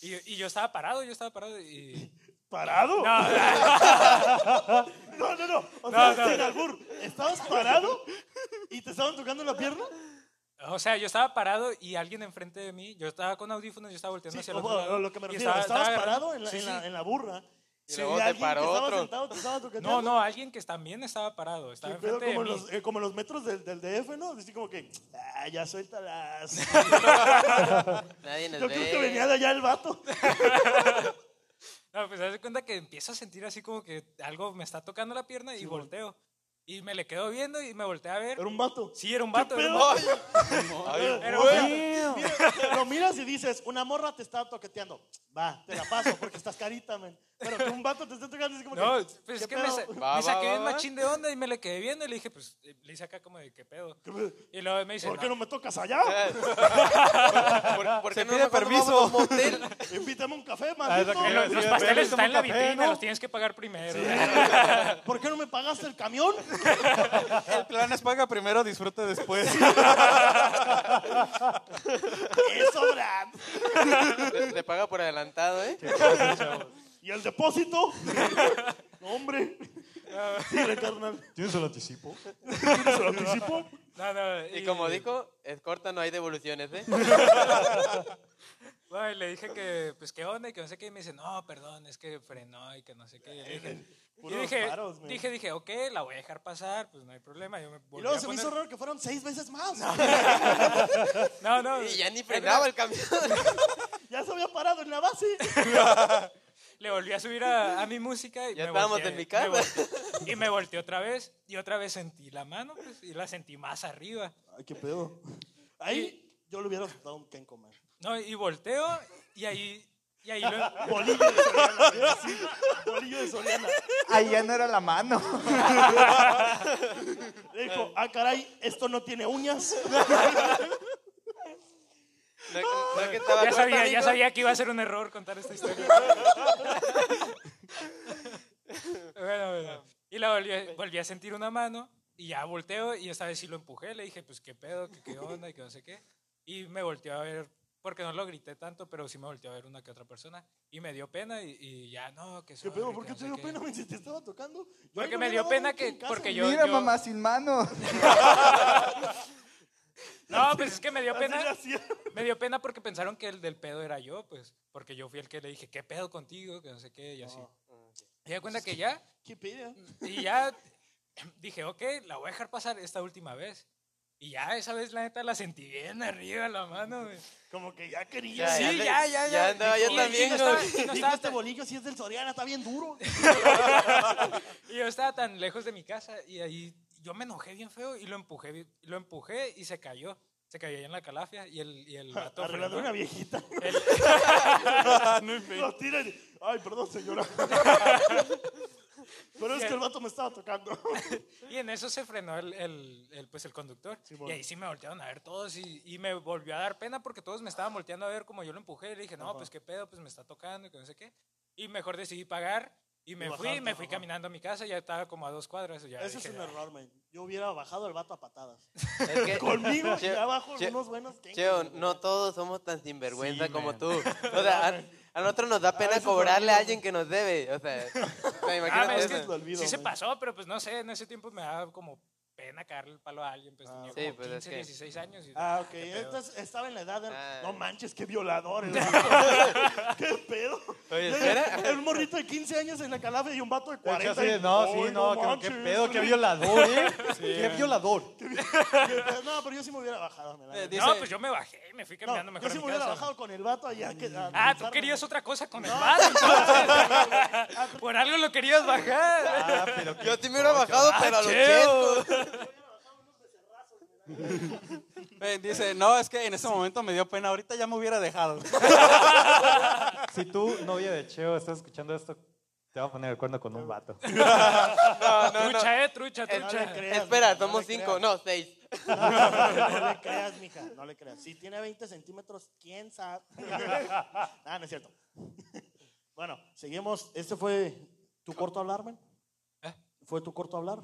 Y, y yo estaba parado, yo estaba parado y... ¿Parado? No, No, no, no. O sea, no. sin albur. ¿Estabas parado y te estaban tocando la pierna? O sea, yo estaba parado y alguien enfrente de mí, yo estaba con audífonos, yo estaba Sí, volteando hacia el o- otro lado o lo que me y refiero, estaba- estabas estaba agarrando- parado en la, Sí, en la- sí. en la burra. Y luego te alguien paró que estaba otro. sentado te estaba No, toqueteando. no, alguien que también estaba parado, estaba Qué pedo, enfrente de como, mí. los, eh, como los metros del, del DF, ¿no? Así como que, ah, ya suéltalas. Nadie nos Yo ve. creo que venía de allá el vato. No, pues haz de cuenta que empiezo a sentir así como que algo me está tocando la pierna y volteo. Y me le quedo viendo y me volteé a ver. Era un vato. Sí, era un vato. era un pedo? vato. Era un vato. Mira, lo miras y dices, una morra te está toqueteando. Va, te la paso porque estás carita, men. Pero que un vato te esté tocando es como No, que. pues ¿qué es que me, pedo? sa- Va, me va, saqué va, bien va. machín de onda y me le quedé viendo y le dije, pues, eh, le hice acá como de qué pedo. Y luego me dice, ¿Por qué "No". no me tocas allá? ¿Por, por qué no pide mejor nos permiso. vamos a un motel? Invítame un café, Ah, es la maldito. que- Eh, los, los pasteles Toma están en la café, vitrina, ¿no? los tienes que pagar primero. ¿Por qué no me pagaste el camión? El plan es paga primero, disfruta después. Eso, Brad. Te- Te paga por adelantado, ¿eh? ¿Y el depósito? No, hombre. Dile, carnal. Ah. ¿Tienes el anticipo? ¿Se lo anticipo? No, no, Y como dijo, es corta, no hay devoluciones, ¿eh? Bueno, y le dije que, pues, ¿qué onda? Y que no sé qué. Y me dice, no, perdón, es que frenó y que no sé qué. Y le dije, y Puros dije, paros, men. dije, dije, ok, la voy a dejar pasar, pues no hay problema. Yo me Y volví luego a se me poner- hizo raro que fueron seis veces más. No, no. Y ya ni es frenaba más, el camión. ya se había parado en la base. Le volví a subir a, a mi música. Y Ya me estábamos volteé- en mi casa. me volteé- y me volteé otra vez. Y otra vez sentí la mano, pues, y la sentí más arriba. Ay, qué pedo. Ahí yo le hubiera dado un Ken comer. No, y volteo, y ahí. Y ahí lo, Bolillo de Soriana. güey, así. Bolillo de Soriana. Ahí ya no era la mano. Le Eh. dijo, ah, caray, esto no tiene uñas. No, no que estaba ya corta, sabía, ya amigo. sabía que iba a ser un error contar esta historia. bueno, bueno. Y la volví, a- volví a sentir una mano y ya volteo y esta vez sí lo empujé. Le dije, pues qué pedo, qué, qué onda y que no sé qué. Y me volteó a ver, porque no lo grité tanto, pero sí me volteó a ver una que otra persona. Y me dio pena y, y ya no, que ¿Qué sobre, pedo? que ¿Por qué no te sé dio qué. pena? men, Si te estaba tocando. Yo ahí Porque le me hubiera dio dado pena un que- Kenkazo, porque güey. yo- Mira, mamá sin mano. No, pues es que me dio Así pena. le hacía. Me dio pena porque pensaron que el del pedo era yo, pues. Porque yo fui el que le dije, ¿qué pedo contigo? Que no sé qué, y así. Y da cuenta que ya, ¿Qué pedo? y ya dije, ok, la voy a dejar pasar esta última vez. Y ya esa vez, la neta, la sentí bien arriba la mano, güey. Como que ya quería. Ya, Sí, le- ya, ya, ya. andaba yo Y- y no también. güey. estaba- y no Dijo, estaba este tan- bolillo si es del Soriana, está bien duro. Y yo estaba tan lejos de mi casa y ahí yo me enojé bien feo y lo empujé, bien- lo empujé y se cayó. Se cayó ahí en la calafia y el, y el vato Arreglando frenó. una viejita. El- Lo tiran. y, Ay, perdón, señora. Pero es que el vato me estaba tocando. Y en eso se frenó el, el- el, pues el conductor. y ahí sí me voltearon a ver todos y, y me volvió a dar pena porque todos me estaban volteando a ver como yo lo empujé. Y le dije, no, pues qué pedo, pues me está tocando y que no sé qué. Y mejor decidí pagar y me Y fui, bajarte, me fui ajá. caminando a mi casa. Ya estaba como a dos cuadras. y ya Ese es dije, "Ah". un error, man. Yo hubiera bajado al vato a patadas. Es que- Conmigo y Cheo, abajo Cheo, unos buenos Kenkas, Cheo, güey. no todos somos tan sinvergüenza Sí, como man. tú. O sea, a, a nosotros nos da pena eso es cobrarle horrible, a alguien que nos debe. O sea, o sea, Ah, imagínate pero es eso. que Lo olvido, sí se man. pasó, pero pues no sé, en ese tiempo me daba como pena caerle el palo a alguien. Pues Ah, tenía sí, como pues, es 15, que- 16 años. y- Ah, ok. qué pedo. Entonces, estaba en la edad del- Ah. No manches, qué violador. el vato. ¿Qué pedo? Oye, Llega Un morrito de 15 años en la calafia y un vato de De hecho, 40. así de, y- no, Ay, sí, no, que- qué manches". pedo, qué violador, ¿eh? qué violador. No, pero yo sí me hubiera bajado. me la- Eh, no, dice- pues yo me bajé y me fui No, caminando mejor yo sí a me mi hubiera casa. bajado con el vato allá. que- a Ah, tú analizarme. querías otra cosa con el vato, entonces. Por algo lo querías bajar. Ah, pero qué Yo sí me hubiera bajado, pero a los Cheo. chescos. Eh, Dice, no, es que en ese momento me dio pena, ahorita ya me hubiera dejado. Si tú, novia de Cheo, estás escuchando esto, te va a poner el cuerno con un vato. Ah, No, no, no. Trucha, eh, trucha, El- No le trucha. creas, Espera, mija, no somos le cinco, creas. no, seis. No le creas, mija, no le creas. Si tiene 20 centímetros, quién sabe. Ah, no es cierto. Bueno, seguimos. Este fue tu corto hablar, man. ¿Eh? Fue tu corto hablar,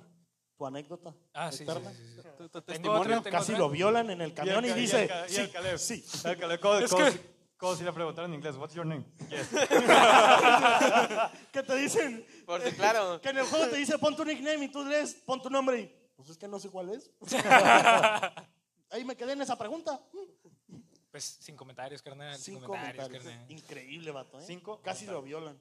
tu anécdota. Ah, sí, sí, externa. sí, sí. Tu- tu Tengo otra, testimonio. tengo Casi otra. lo violan en el camión ca- y, y el dice, ca- y el sí, Caleb. sí. Ah, Caleb, ¿Cómo, Es cómo que- si- cómo si le preguntaron en inglés? What's your name? Yes. ¿Qué te dicen? Por si, claro. Que en el juego te dice, pon tu nickname y tú lees, pon tu nombre y, pues es que no sé cuál es. Ahí me quedé en esa pregunta. Mm, Pues sin comentarios, carnal. Sin, Cinco comentarios, comentarios. carnal. Increíble, vato, ¿eh? Cinco Casi lo violan.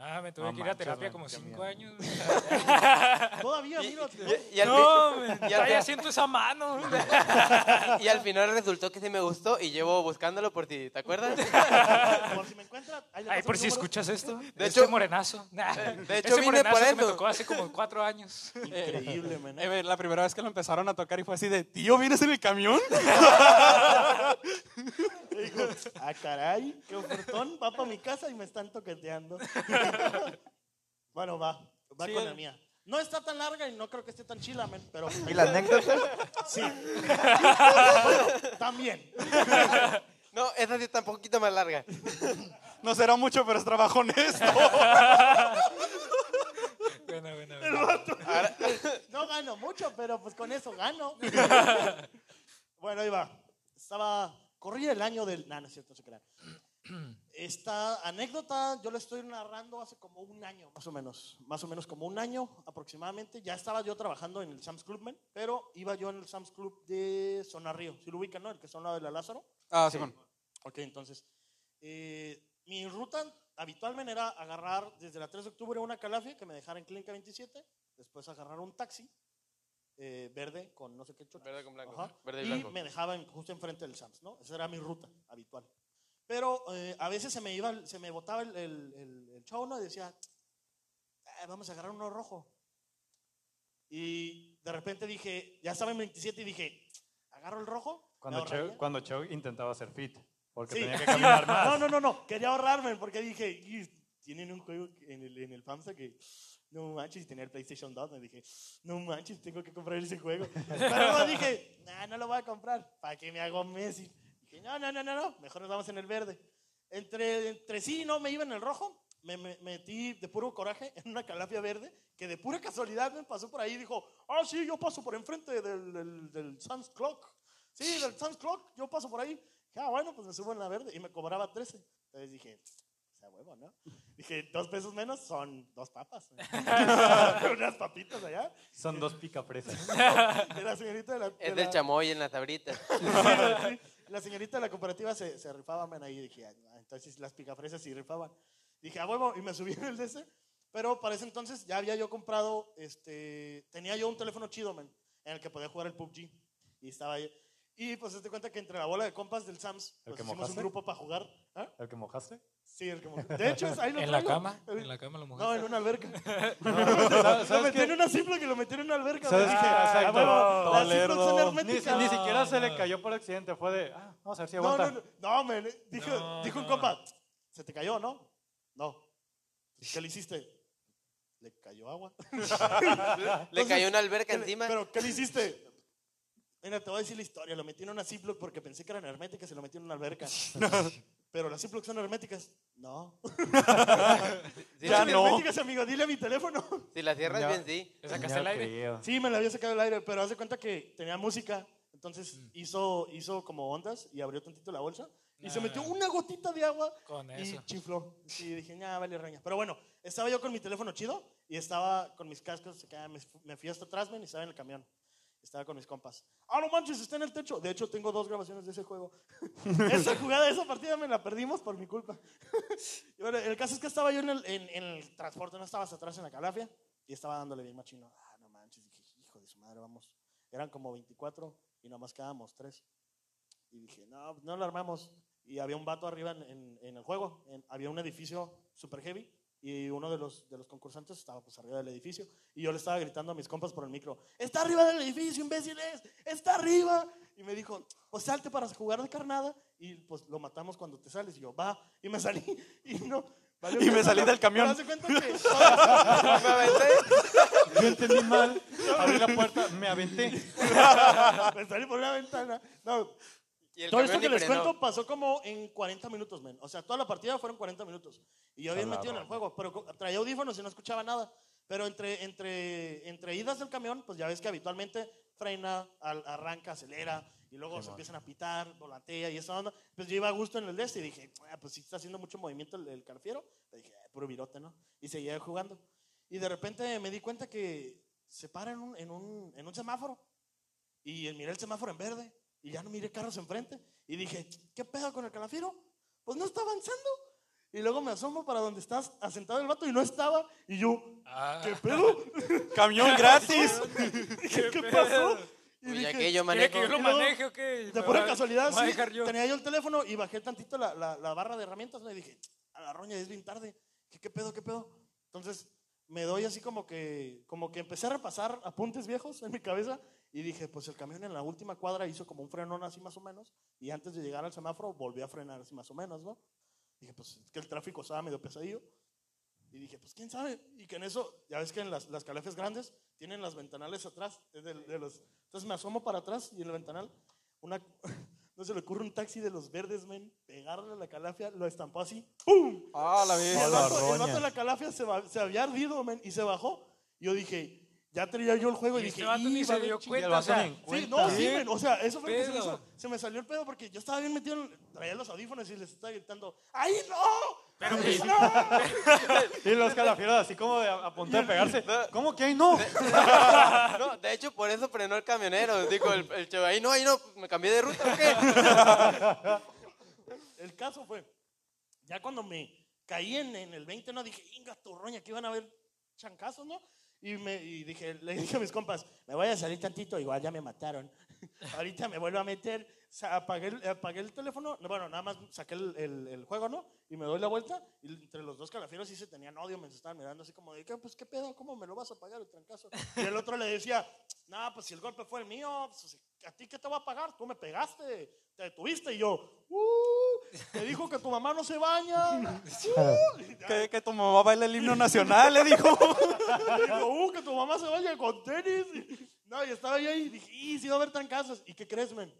Ah, me tuve No que ir a manches, terapia man, como qué miedo. cinco años. Todavía, mira. Y, y al No, man, y al- todavía siento esa mano. fi- y al final resultó que sí me gustó y llevo buscándolo por ti, ¿te acuerdas? Por si me encuentran. ahí le Ay, paso por mi si número. escuchas esto. De De este hecho- morenazo. de hecho Ese vine morenazo por que me eso. tocó hace como cuatro años. Increíble, men. Eh, la primera vez que lo empezaron a tocar y fue así de, tío, ¿vienes en el camión? Digo, ah, caray, qué ofertón. Va para mi casa y me están toqueteando. bueno, va. Va Sí, con la el- mía. No está tan larga y no creo que esté tan chila, men, pero ¿Y la anécdota? sí. También. No, esa sí está un poquito más larga. No será mucho, pero es trabajo honesto. Bueno, bueno, bueno. No gano mucho, pero pues con eso gano. bueno, ahí va. Estaba. Corría el año del. No, no es cierto, no se crean. Esta anécdota yo la estoy narrando hace como un año, más o menos, más o menos como un año aproximadamente. Ya estaba yo trabajando en el Sam's Club, men, pero iba yo en el Sam's Club de Zona Río, si lo ubican, ¿no? El que es al lado de la Lázaro. Ah, Simón. Ok, entonces, eh, mi ruta habitualmente era agarrar desde la 3 de octubre una calafia que me dejara en Clínica 27, después agarrar un taxi eh, verde con no sé qué chorro. Verde con blanco. Ajá. Verde y y blanco. me dejaban justo enfrente del Sams, ¿no? Esa era mi ruta habitual. Pero eh, a veces se me iba, el- se me botaba el, el, el- el chavo, ¿no? Y decía, "Ah, vamos a agarrar uno rojo. Y de repente dije, ya estaba en 27 y dije, agarro el rojo. me Cuando Cheo, ahorraría". cuando Cheo intentaba hacer fit, porque Sí. tenía que caminar más. No, no, no, no. Quería ahorrarme porque dije, "Y, tienen un juego en el, en el FAMSA que no manches, y tenía el PlayStation 2. Me dije, no manches, tengo que comprar ese juego. Pero luego dije, nah, no lo voy a comprar. ¿Para qué me hago Messi? Dije, no, no, no, no, no. Mejor nos vamos en el verde. Entre, entre sí, no, me iba en el rojo. Me, me- metí de puro coraje en una calafia verde que de pura casualidad me pasó por ahí y dijo, ah, sí, yo paso por enfrente del, del, del Sun's Clock. Sí, del Sun's Clock, yo paso por ahí. Dije, ah, bueno, pues me subo en la verde y me cobraba 13. Entonces dije, sea huevo, ¿no? Dije, dos pesos menos son dos papas. Unas papitas allá. Son dos pica presas. Y la señorita de la... de Es del la- chamoy en las tabritas. Sí, la señorita de la cooperativa se, se rifaba, man, ahí dije, "Ah, no". entonces las picafresas sí rifaban. Dije, a huevo, y me subí en el DC. Pero para ese entonces ya había yo comprado, este, tenía yo un teléfono chido, man, en el que podía jugar el PUBG. Y estaba ahí. Y pues te cuenta que entre la bola de compas del Sams, ¿El pues que hicimos mojaste? un grupo para jugar. ¿Ah? ¿El que mojaste? Sí, el que mojó. De hecho, ahí lo ¿En la traigo. cama? El- ¿En la cama lo mojé? No, en una alberca. lo ¿sabes metí qué? en una simple que lo metí en una alberca. ¿Sabes man. qué? Dije, "Ah, Exacto. huevo, las Tolerdo. simples son Ni, herméticas. ni siquiera se le cayó por accidente, fue de, ah, vamos a ver si No, aguanta. no, no, no, men, Dijo, No, dijo un no. compa, se te cayó, ¿no? No. ¿Qué le hiciste? Le cayó agua. Le Entonces, cayó una alberca ¿Qué le- encima. ¿Pero qué le hiciste? Mira, te voy a decir la historia. Lo metí en una Ziploc porque pensé que eran herméticas y lo metí en una alberca. Pero las Ziploc son herméticas. No. Sí, ya sí, no. Herméticas, amigo. Dile a mi teléfono. Si la cierras Ya. bien, sí. ¿Le sacaste el No aire? creo. Sí, me la había sacado el aire, pero haz de cuenta que tenía música. Entonces Mm. hizo, hizo como ondas y abrió tantito la bolsa. Y se Ah. metió una gotita de agua Con y eso. chifló. Sí, dije, ya, vale, reña. Pero bueno, estaba yo con mi teléfono chido y estaba con mis cascos. acá, Me fu- me fui hasta atrás, men, y estaba en el camión. Estaba con mis compas. Ah, no manches, está en el techo. De hecho, tengo dos grabaciones de ese juego. esa jugada, esa partida me la perdimos por mi culpa. Y bueno, el caso es que estaba yo en el, en- en el transporte, no estabas atrás en la calafia y estaba dándole bien machino. Ah, no manches, dije, hijo de su madre, vamos. Eran como 24 y nomás quedábamos tres. Y dije, no, pues, no lo armamos. Y había un vato arriba en, en- en el juego. en- había un edificio super heavy. Y uno de los, de los concursantes estaba pues arriba del edificio. Y yo le estaba gritando a mis compas por el micro: ¡Está arriba del edificio, imbéciles! ¡Está arriba! Y me dijo: Pues salte para jugar de carnada. Y pues lo matamos cuando te sales. Y yo, va. Y me salí. Y no. valió Y me queso, salí ¿no? del camión. Pero haz de cuenta que- Me aventé. Yo entendí mal, abrí la puerta, me aventé. me salí por una ventana. No, Y el Todo camión esto que ni les frenó. cuento pasó como en 40 minutos, men. O sea, toda la partida fueron 40 minutos. Y yo había Está la metido en roña. el juego, pero co- traía audífonos y no escuchaba nada. Pero entre, entre, entre idas del camión, pues ya ves que habitualmente frena, al- arranca, acelera, y luego se empiezan a pitar, volantea y esa onda. Pues yo iba a gusto en el este y dije, "Ah, pues sí está haciendo mucho movimiento el, el calfiero. Le dije, "Ah, puro virote, ¿no? Y seguía jugando. Y de repente me di cuenta que se para en un, en un, en un semáforo. Y miré el semáforo en verde. Y ya no miré carros enfrente. Y dije, ¿qué pedo con el calafiro? Pues no está avanzando. Y luego me asomo para donde estás asentado el vato y no estaba. Y yo, Ah, ¿qué pedo? Camión gratis. ¿Qué, qué pasó? Y Uy, dije, aquí yo ¿Quiere manejo. que yo lo Y luego, maneje o qué? de Me pura va- casualidad, me va a sí, dejar yo. tenía yo el teléfono y bajé tantito la, la- la barra de herramientas. Me dije, a la roña, es bien tarde. ¿Qué, qué pedo, qué pedo? Entonces me doy así como que, como que empecé a repasar apuntes viejos en mi cabeza y dije, pues el camión en la última cuadra hizo como un frenón así más o menos y antes de llegar al semáforo volvió a frenar así más o menos, ¿no? Dije, pues es que el tráfico estaba medio pesadillo. Y dije, pues quién sabe. Y que en eso, ya ves que en las, las calafes grandes tienen las ventanales atrás. es del- de los, entonces me asomo para atrás y en el ventanal, una, no se le ocurre un taxi de los verdes, men, pegarle a la calafia, lo estampó así, ¡pum! Ah, la Y el Hola, vida. vato, el roña. vato de la calafia se, ba- se había ardido, men, y se bajó. Yo dije, Ya tenía yo el juego y, Y dije, este vato "Ih, va ni a se haber dio Y el chingados". cuenta. o vato sea, ni en Sí, cuenta. no, sí, ¿Qué men, o sea, eso fue lo que se me pedo? hizo. Se me salió el pedo porque yo estaba bien metido en. Traía los audífonos y les estaba gritando, ¡Ahí no! Pero ¡Ahí que- no! Y los calafieros así como de a, a punto de pegarse. ¿Cómo que ahí no? No, de hecho, por eso frenó el camionero. Digo, el, el chavo, ahí no, ahí no, me cambié de ruta, ¿o qué? El caso fue, ya cuando me caí en, en el 20, no dije, inga, turroña, que iban a haber chancazos, ¿no? Y, me, y dije, le dije a mis compas, me voy a salir tantito, igual ya me mataron. Ahorita me vuelvo a meter. Sa- apagué, el, apagué el teléfono, no, bueno, nada más saqué el, el- el juego, ¿no? Y me doy la vuelta. Y entre los dos calafieros sí se tenían odio, me estaban mirando así como de, ¿qué, pues qué pedo, ¿cómo me lo vas a pagar el trancazo? Y el otro le decía, no, pues si el golpe fue el mío, pues, si- ¿a ti qué te va a pagar? Tú me pegaste, te detuviste. Y yo, ¡uh! Te dijo que tu mamá no se baña. ¡Uh! Y- Que, que tu mamá baila el himno nacional, le dijo. Digo, uh, que tu mamá se vaya con tenis. Y- No, y estaba yo ahí y dije, y sí va a haber trancazos. ¿Y qué crees, men?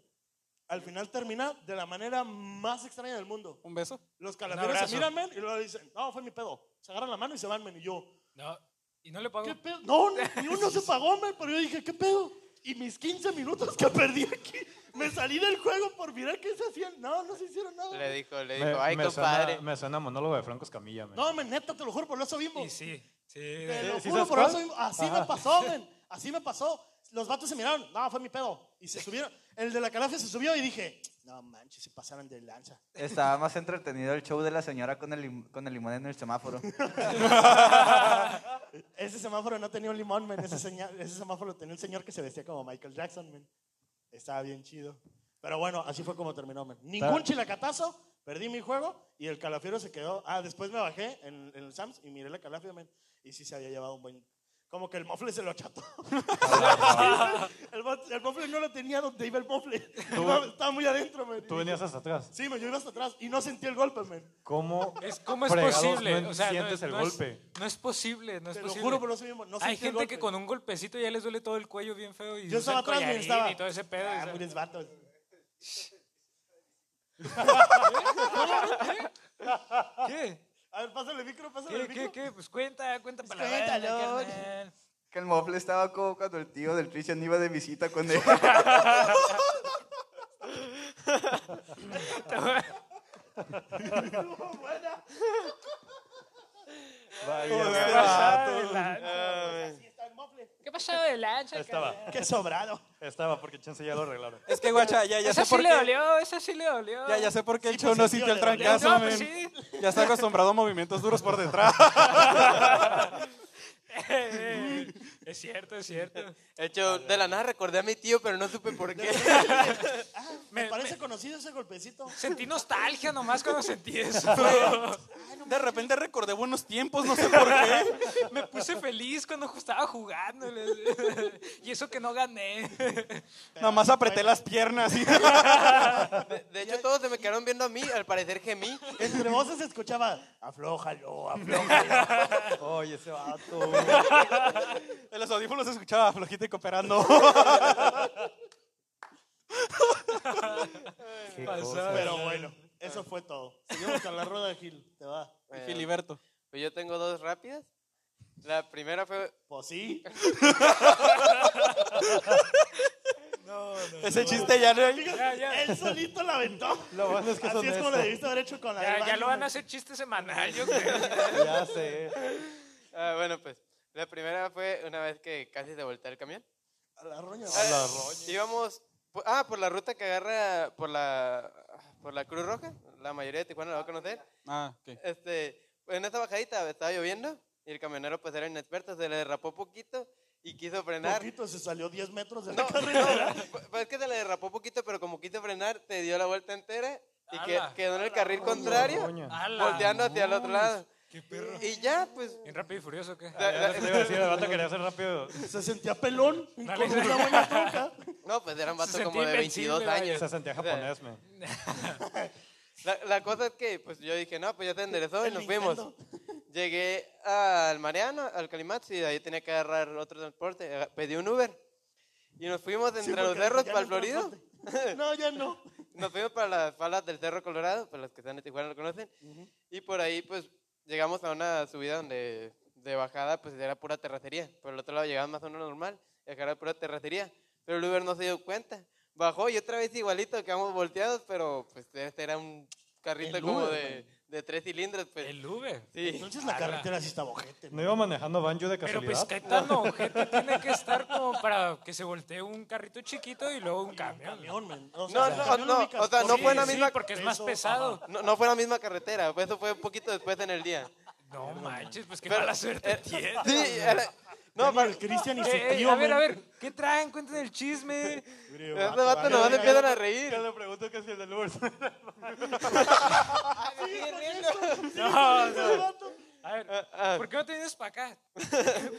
Al final termina de la manera más extraña del mundo. Un beso. Los Un calaveras abrazo. se miran, men, y luego dicen, no, fue mi pedo. Se agarran la mano y se van, men. Y yo, No, y no le pago. ¿qué pedo? No, ni uno se pagó, men, pero yo dije, ¿qué pedo? Y mis 15 minutos que perdí aquí, me salí del juego por mirar qué se hacían. No, no se hicieron nada. Le dijo, le dijo, ay, compadre. suena, me suena monólogo de Franco Escamilla. men. No, men, neta, te lo juro, por eso bimbo. Y sí, sí. Te de- lo eh, ¿Sí juro, sabes por eso cuál? mismo. Así me Ajá. pasó, men. Así me pasó. Los vatos se miraron. No, fue mi pedo. Y se subieron. El de la calafia se subió y dije, no manches, se pasaron de lanza. Estaba más entretenido el show de la señora con el, lim- con el limón en el semáforo. Ese semáforo no tenía un limón, men. Ese, seña- ese semáforo tenía el señor que se vestía como Michael Jackson, men. Estaba bien chido. Pero bueno, así fue como terminó, men. Ningún Está- chilacatazo. Perdí mi juego y el calafiero se quedó. Ah, después me bajé en, en el Sams y miré la calafia, men. Y sí se había llevado un buen... Como que el mofle se lo acható. El, bot- el mofle no lo tenía donde iba el mofle. Estaba- Estaba muy adentro, men. Tú venías hasta atrás. Sí, men, yo iba hasta atrás y no sentí el golpe, men. ¿Cómo? Es, ¿Cómo es fregados posible? No o sea, sientes no, el no golpe. Es, no es posible, no es Te lo posible. juro, por eso mismo. No Hay sentí el gente que golpe. con un golpecito ya les duele todo el cuello bien feo y Yo estaba usan atrás, collarín men, estaba. y todo ese pedo. Ah, o sea, puros vatos. ah, ¿Qué? A ver, pásale el micro, pásale ¿Qué, el micro. qué, qué? Pues cuenta, cuenta para la cuéntalo. banda, carnal. Que el mofle estaba como cuando el tío del Christian iba de visita con él. Vaya, Así está el mofle. ¿Qué pasó de lancha? estaba, Qué sobrado. estaba, porque chance ya lo arreglaron. Es que, guacha, ya, ya Esa sé sí por le qué. dolió, esa sí le dolió. Ya, ya sé por qué el Sí, show pues, no sí, sintió el le dolió. trancazo, No, men. pues sí. Ya está acostumbrado a movimientos duros por detrás. es cierto, es cierto. De hecho, de la nada recordé a mi tío, pero no supe por qué. Me, Me- parece conocido ese golpecito. Sentí nostalgia nomás cuando sentí eso. De repente recordé buenos tiempos, no sé por qué. Me puse feliz cuando estaba jugando. Y eso que no gané. Nada más apreté las piernas. y- De, de hecho, todos se me quedaron viendo a mí, al parecer gemí. Entre voces se escuchaba, aflójalo, aflójalo. Oye, ese vato. En los audífonos se escuchaba flojita y cooperando. Pero bueno, eso fue todo. Seguimos con la rueda de Gil. Te va. Y Filiberto. Pues yo tengo dos rápidas. La primera fue, Pues sí. Ese chiste ya no hay. Ya, ya. Él solito la aventó. Lo bueno es que Así son es como le debiste haber hecho con la del Ya, ya baño, lo van a men. hacer chiste semanal, yo creo. Ya sé. ah, bueno, pues, la primera fue una vez que casi se voltea el camión. A la roña. Ah, Íbamos, po- ah, por la ruta que agarra por la, por la Cruz Roja, la mayoría de Tijuana la va a conocer. Ah, ok. Este, en esta bajadita estaba lloviendo y el camionero pues era inexperto, se le derrapó poquito y quiso frenar. Poquito se salió 10 metros de No, la no, carretera. pu- pues es que se le derrapó poquito, pero como quiso frenar, te dio la vuelta entera y que- ¡Hala! quedó en el carril contrario, coño. ¡Hala! volteando hacia el otro lado. ¡Qué perro! Y ya, pues... ¿En Rápido y Furioso o qué? la- la- Le iba a decir, el vato quería hacer rápido. Se sentía pelón con Dale. una buena troca. no, pues era un vato sentía como de 22 invencible, años. Se sentía japonés, men. La, la cosa es que pues yo dije, no, pues ya te enderezó y El nos fuimos. Llegué al Mariano, al Calimax, y de ahí tenía que agarrar otro transporte. Aga- Pedí un Uber. Y nos fuimos entre Sí, los porque cerros ya para el no hay Florido. transporte. No, ya no. Nos fuimos para las falas del Cerro Colorado, para los que están en Tijuana lo conocen. Y por ahí, pues, llegamos a una subida donde de bajada pues era pura terracería. Por el otro lado llegaba más o menos normal, y acá era pura terracería. Pero el Uber no se dio cuenta. Bajó y otra vez igualito, quedamos volteados, pero pues este era un carrito El como Uber, de, de tres cilindros. Pues, El Uber. sí. Entonces la Ala. carretera sí está bojete. ¿No iba manejando Banjo de Pero pues casualidad? qué tan ojete tiene que estar como para que se voltee un carrito chiquito y luego un camión. Camión, men. O No, no, camión no, ubicas o sea, no por- Sí, fue en la sí, misma- porque es más Peso, pesado. No, no fue la misma carretera, pues, eso fue un poquito después en el día. No manches, pues qué Pero- mala suerte eh, tiene. Sí, era- no, Mira, para, el Cristian y su Eh, eh, tío. a ver, men. a ver, ¿qué traen? Cuenten el chisme. Mire, Este vato, vato vale, nomás vale, empiezan a vale. reír. le pregunto que si el del Uber. No, no. A ver, Ah, ah, ¿por qué no te vienes para acá?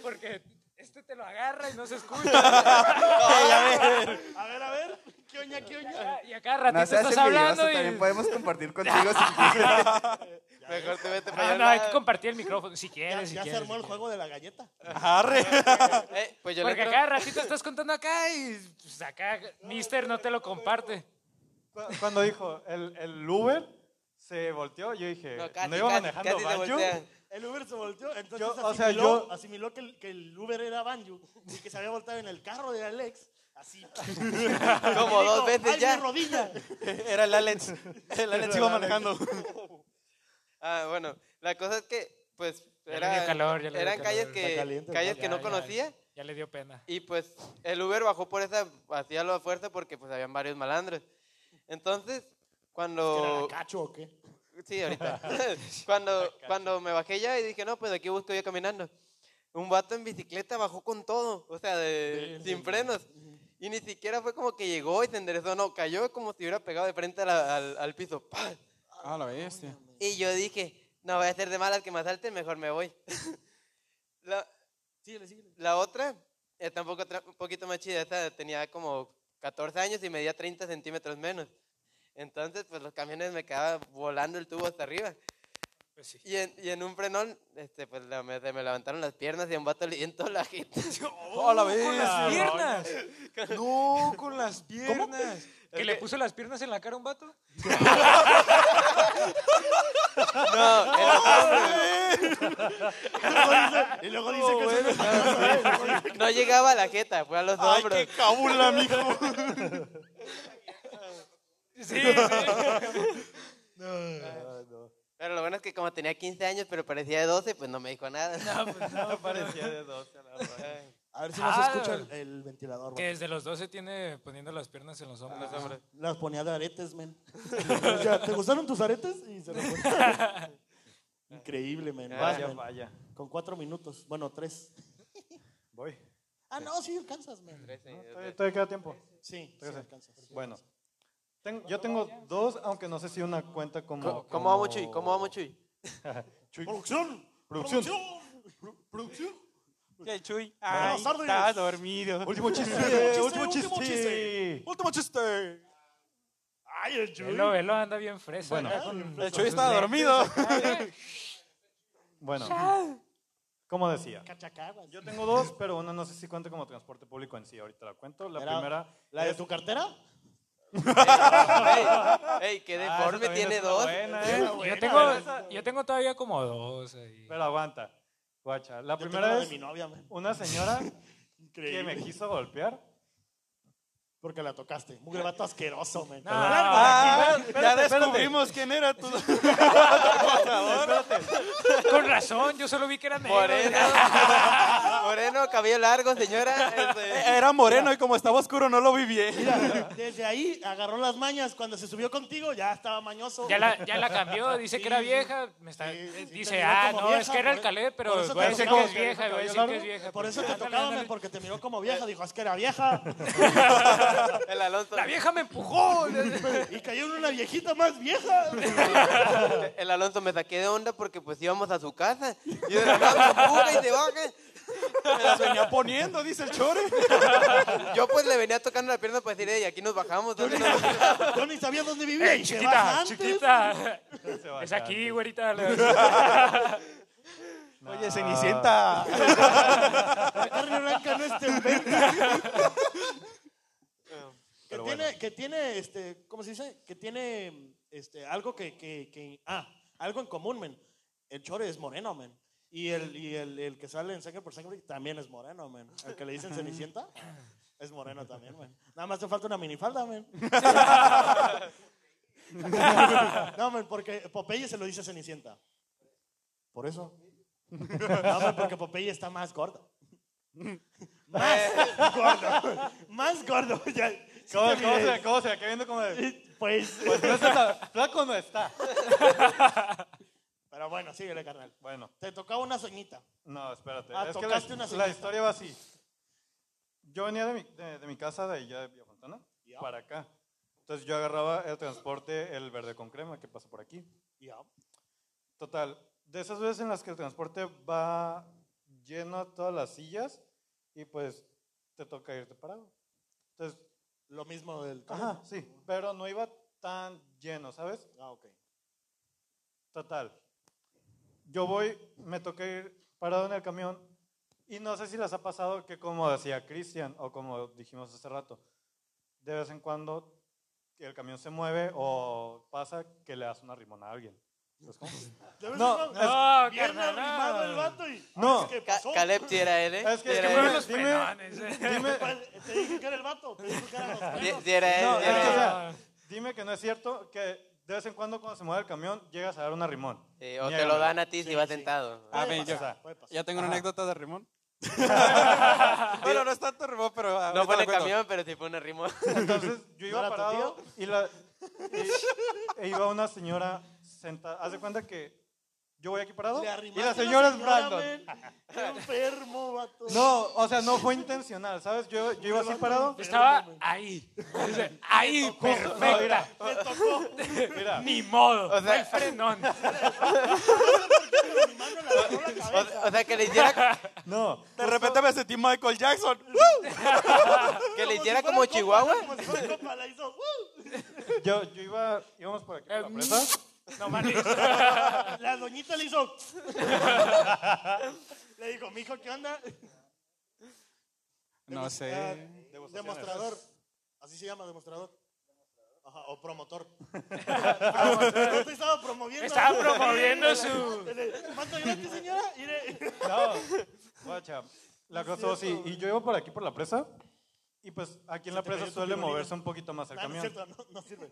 Porque este te lo agarra y no se escucha. A ver, a ver. ¿Qué oña, qué oña? Y a cada No ratito seas estás envidioso, hablando también y... podemos compartir contigo si quieres. Mejor te vete para Ah, No, allá. no, hay que compartir el micrófono, si Ya, quieres, si ya se quieres, armó si el juego de la galleta. Eh, pues yo le Porque creo- acá ratito estás contando acá y pues, acá Mister no te lo comparte. Cu- Cuando dijo el, el Uber, se volteó. Yo dije, No, ¿no, casi, iba casi, manejando casi se Banjo? voltean. El Uber se volteó, entonces Yo, asimiló, o sea, yo- asimiló que, el, que el Uber era Banjo y que se había volteado en el carro de Alex. Así. Como dos veces ¡Ay, mi ya. rodilla! Era el Alex. El Alex iba manejando. Ah, bueno, la cosa es que, pues, Ya le dio era- calor, ya le dio eran calles calor. que, Está caliente, calles está- que no Ya, ya, conocía. Ya le dio pena. Y pues el Uber bajó por esa, hacía la fuerza porque pues habían varios malandros. Entonces, ¿Era cuando... la cacho o qué? Sí, ahorita. cuando, cuando me bajé ya y dije, no, pues de aquí busco yo caminando. Un vato en bicicleta bajó con todo, o sea, de- sin frenos. Y ni siquiera fue como que llegó y se enderezó, no, cayó como si hubiera pegado de frente a la- al, al piso. ¡Pah! Ah, la bestia. Y yo dije, no voy a ser de malas que me asalten, mejor me voy. la, la otra está un, poco tra- un poquito más chida, esta tenía como 14 años y medía 30 centímetros menos. Entonces, pues los camiones me quedaban volando el tubo hasta arriba. Pues sí. Y en, y en un frenón, este, pues la- me, se me levantaron las piernas y a un vato le di en toda la gente. ¡Oh, la ¡Con bestia! las piernas! No, con las piernas. ¿Que le puso las piernas en la cara a un vato? No, era- Y luego dice que se me- no llegaba a la jeta, fue a los hombros. cabula, mijo! Sí, sí. Pero lo bueno es que como tenía 15 años, pero parecía de 12, pues no me dijo nada. Parecía de 12 a la hora. A ver si no se Ah. escucha el, el ventilador. Que vato. desde los 12 tiene poniendo las piernas en los hombros. Las ponía de aretes, men. O sea, ¿Te gustaron tus aretes? Y se los ponía. Increíble, men. Vas, Vaya, men. vaya. Con cuatro minutos. Bueno, tres. Voy. Ah, no, sí alcanzas, men. Pues Todavía todavía queda tiempo. Sí, sí Trece. alcanzas. Bueno. Ten- yo tengo dos, aunque no sé si una cuenta como... ¿Cómo, cómo vamos, Chuy? ¿Cómo vamos, Chuy? Chuy. ¡Producción! Producción. ¡Producción! Ah, ¿Qué, Chuy? Ay, Ay, Buenas tardes. está está dormido. Último chiste, chiste, último último chiste. ¡Último chiste! ¡Ay, el Chuy! Velo, velo, anda bien fresco. Bueno. acá El Chuy está dormido. Bueno, como decía, Cachacaguas. yo tengo dos, pero una no sé si cuenta como transporte público en sí. Ahorita la cuento. La Era- primera... ¿La de es- tu cartera? ey, ey, qué Ah, esa deforme también tiene es una dos. buena, ¿eh? Yo Pero esa- tengo, yo tengo todavía como dos ahí. Pero aguanta. Guacha, la Yo tengo primera la es de mi novia, men. una señora que me Increíble. quiso golpear. Porque la tocaste. Mugre vato asqueroso, men. No, Ah, ya espérate, espérate. descubrimos quién era tú. con razón, yo solo vi que era negro. Moreno. Moreno, cabello largo, señora. Este, Era moreno y como estaba oscuro no lo vi bien. Mira, desde ahí agarró las mañas. Cuando se subió contigo ya estaba mañoso. Ya la, ya la cambió, dice Sí, que era sí. vieja. me está- Sí, sí, dice, terminó ah, como no, vieja, es que era el por- Caleb, pero por eso voy a te decir tocó, que es que- vieja, que voy a decir cabello que largo. es vieja. Por eso te Ándale, tocaba, ándale. Eh, men, porque te miró como vieja. Dijo, es que era vieja. el Alonso. La vieja me empujó. Y cayó en una viejita más vieja. El Alonso me saqué de onda porque pues íbamos a su casa. Y de la nada se empuja y se baja. Me las venía poniendo, dice el chore. Yo pues le venía tocando la pierna para decir, "Ey, aquí nos bajamos. Yo ni sabía dónde vivía. Ey, y se baja Eh, chiquita, antes. chiquita. Se va Es acá. aquí, güerita. la- Oye, Cenicienta. La carne blanca no es temblante. que, Pero tiene, bueno. que tiene, este, ¿cómo se dice? Que tiene este, algo que, que, que- ah, algo en común, men. El chore es moreno, men. Y el, y el, el que sale en Sangre por Sangre también es moreno, men. El que le dicen Cenicienta es moreno también, men. Nada más te falta una minifalda, men. No, men, porque Popeye se lo dice Cenicienta. Por eso. No, men, porque Popeye está más gordo. Más gordo. Más gordo. Ya, sí ¿Cómo, te cómo miré. se, ¿Cómo se qué viendo como de, Pues. pues no está flaco no está? Pero bueno, síguele, carnal. Bueno, Te tocaba una soñita. no, espérate. Ah, es que tocaste la, una la señal. historia va así. Yo venía de mi, de, de mi casa de allá de Villa Fontana Ya. para acá. Entonces yo agarraba el transporte, el verde con crema que pasa por aquí. Ya. Total, de esas veces en las que el transporte va lleno a todas las sillas y pues te toca irte parado. Entonces, Lo mismo del. ajá, sí, pero no iba tan lleno, ¿sabes? Ah, ok. Total. Yo voy, me toca ir parado en el camión y no sé si les ha pasado que como decía Cristian o como dijimos hace rato, de vez en cuando el camión se mueve o pasa que le das una rimona a alguien. ¿Sabes cómo? De vez No, en cuando- No, Bien carnal, arrimado el no. vato y. No. Ah, ¿Qué Ca- pasó? Caleb sí era él, ¿eh? Es que- Sí es que era me él. los Dime- Dime, Pues, Te dije que era el vato. Te dije que eran los Sí, perros. sí era él, No, sí es que, o era él. sea, dime que no es cierto que de vez en cuando cuando se mueve el camión llegas a dar una rimón. Sí, o te Niégamelo. lo dan a ti Sí, si vas sí. sentado. Ah, ven, pasar, ya, puede pasar. ya tengo Ajá. una anécdota de Rimón. bueno, no es tanto Rimón, pero. ah, No ahorita fue en la el cuento. camión, pero sí fue una rima. Entonces yo ¿No iba era tu parado y, la, y- e iba una señora sentada. Haz de cuenta que yo voy aquí parado Le y arrimaste la la señora es señora, Brandon. men. Qué enfermo, vato. No, o sea, no fue intencional, ¿sabes? Yo, yo iba así parado. Estaba ahí. Dice, Ahí, Justo, no, mira, perfecta. Me tocó. mira. Ni modo. O sea- fue el frenón. Pero mi mano le agarró la O, cabeza. o sea, que le hiciera, No, De repente me sentí Michael Jackson. que le si hiciera fuera como copa, Chihuahua. Como si fuera copa, la hizo. ¡uh! yo, yo iba, íbamos por aquí por la Em, presa. No mames. La doñita le hizo. Le dijo, mijo, ¿qué onda? No Demos- ah, sé. Demostrador. Así se llama, demostrador. Ajá, o promotor. Usted estaba promoviendo. Estaba promoviendo su. ¿Cuánto llevaste, señora? Mire. No, guacha. La cosa fue así. Y yo iba por aquí por la presa. Y pues aquí en la te presa cayó tu suele pirulina. moverse un poquito más el Ah, no es camión. cierto, no, no sirve.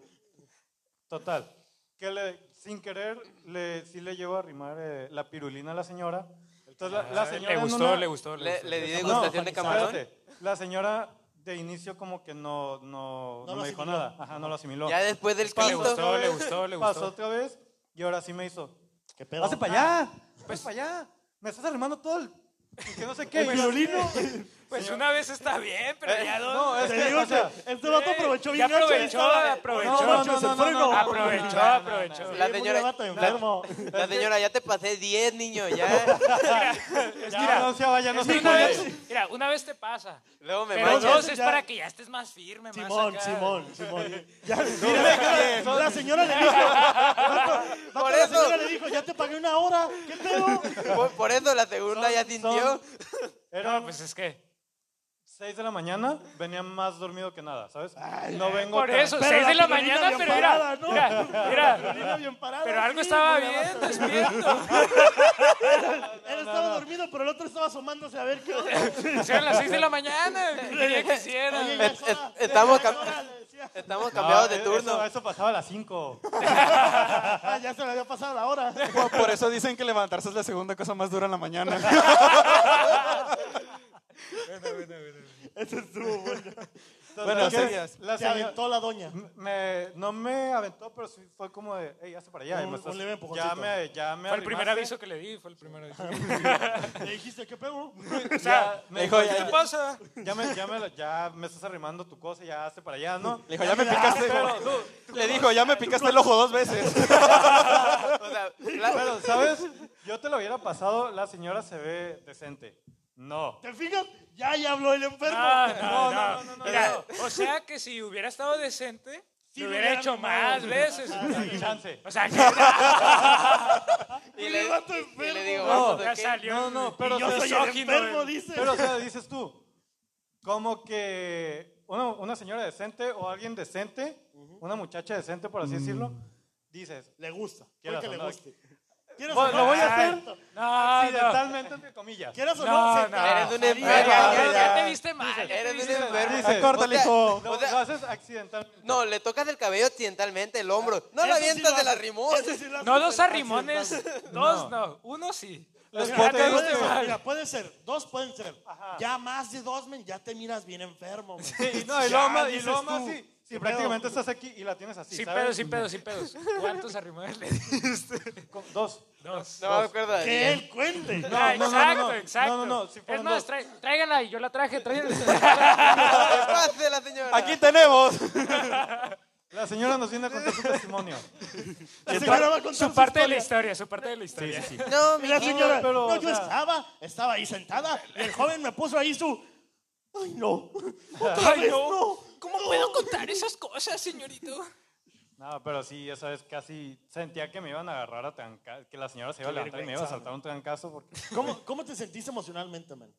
Total. Que le- sin querer, le, sí le llevo a arrimar eh, la pirulina a la señora. Entonces la, la señora. Ah, Le en gustó, una- le gustó, le Le, gustó. le di No, degustación de camarón. espérate. La señora de inicio como que no, no, No no lo me dijo asimiló. nada. Ajá, no lo asimiló. Ya después del Pasó le quinto. gustó, otra le vez, gustó, le Pasó gustó. otra vez y ahora sí me hizo. ¿Qué pedo? ¡Hace para ah. allá! ¡Pues para allá! ¡Me estás arrimando todo el... y que no sé qué. El pirulino. Pues una vez está bien, pero ya Eh, dos. No, es Te que, digo o sea, que este vato aprovechó bien ya gacho aprovechó, esta- aprovechó. No, no, no, se no, fue, no, no, Aprovechó, no, no, no, aprovechó. no, no. La Sí, muy señora- vato la- enfermo. La señora, ya te pasé 10, niño, ya. Ya renunciaba, ya no Sí, se una puede. vez, mira, una vez te pasa. Luego me Pero manchas. dos es ya- para que ya estés más firme, Simón, más acá. Simón, Simón. Ya, mira, la señora le dijo. vato, Por la eso. señora le dijo, ya te pagué una hora. ¿Qué pedo? Por, por eso la segunda Son- ya sintió. son- No, Eran pues es que. 6 de la mañana, venía más dormido que nada, ¿sabes? No vengo Por tan- eso, Pero 6 de la pirulina mañana, bien pero parada, mira, ¿no? mira, La pirulina mira. bien parada, Pero algo sí, estaba muy bien, abajo. despierto. Él estaba dormido, pero el otro estaba asomándose a ver qué onda. Sean las 6 de la mañana, que ya quisiera. Oye, ya es Es- hora, es- estamos ya es cam- hora, le decía. Estamos No, cambiados de eso- turno. Ah, Eso pasaba a las 5. Ah, ya se le había pasado la hora. Por, por eso dicen que levantarse es la segunda cosa más dura en la mañana. Eso estuvo bueno. Bueno, seguías. La Se señora, aventó la doña. me, no me aventó, pero sí fue como de, hey, hace para allá. y Un- me estás- un leve empujoncito. ya me, ya me Fue el primer arrimaste, aviso que le di, fue el primer aviso. Ah, Le dijiste, ¿qué pedo? O sea, me dijo, dijo, "Ya- ¿qué pasa? Ya me, ya, me, la- ya me estás arrimando tu cosa, ya hace para allá, ¿no? Le dijo, ya me picaste. Pero, tú- Le dijo, ya me picaste el ojo dos veces. O sea, la- pero, ¿sabes? Yo te lo hubiera pasado, la señora se ve decente. No. ¿Te fijas? Ya, ya habló el enfermo. Ah, No, no, no, no, no, no, Mira, o sea que si hubiera estado decente, Sí, lo lo hubiera hubiera hecho animado. más veces. Ah, Chance. O sea, que y El le, vato y le enfermo. digo, No, vamos, ya ¿ok? salió. No, no, pero yo se- soy el misógino, enfermo, el- dice. Pero, o sea, dices tú, como que una, una señora decente o alguien Mm. decente, una muchacha decente, por así decirlo, dices, Le gusta. Puede Quieras que o le no. guste. ¿Quieres Bueno, lo voy a hacer Ah, No, no. accidentalmente, entre comillas. ¿Quieres o No, no? Se- no. Eres un enfermo. Ya, ya, güey, ya te ya. viste mal. Eres un enfermo. Dice, O sea, hijo. o Lo, sea, lo haces accidentalmente. no, le tocas el cabello accidentalmente, el hombro. No Eso lo sí avientas lo de la haces. rimón. Eso sí lo haces. No dos Pero arrimones, accidental. dos no, uno sí. Los Mira, cuatro puede viste ser, mal. mira, puede ser, dos pueden ser. Ya más de dos, men, ya te miras bien enfermo. men. Sí, y no, y Ya lo más, y dices lo más, tú, sí. Si ¿qué prácticamente pedo? estás aquí y la tienes así, Sin ¿sabes? pedos, sin pedos, sin pedos. ¿Cuántos arrimones le diste? Con- Dos. Dos. No me acuerdo de Que Daniel. él cuente. No, Ah, no, no, no, exacto, no. exacto. No, no, no, sí es fueron más, dos. trae- tráigala y yo la traje. tráigala. Pase la señora. Aquí tenemos. La señora nos viene a contar su testimonio. La señora va a contar Su parte de la historia. historia, su parte de la historia. No, Y mi la señora, pero, no, o yo sea- estaba, estaba ahí sentada. Y el joven me puso ahí su. Ay, no. Ay, no. ¿Cómo puedo contar esas cosas, señorito? No, pero sí, esa vez casi sentía que me iban a agarrar a trancazo, que la señora se iba a levantar y me iba a vergüenza, saltar un trancazo porque... ¿Cómo, ¿Cómo te sentiste emocionalmente, man?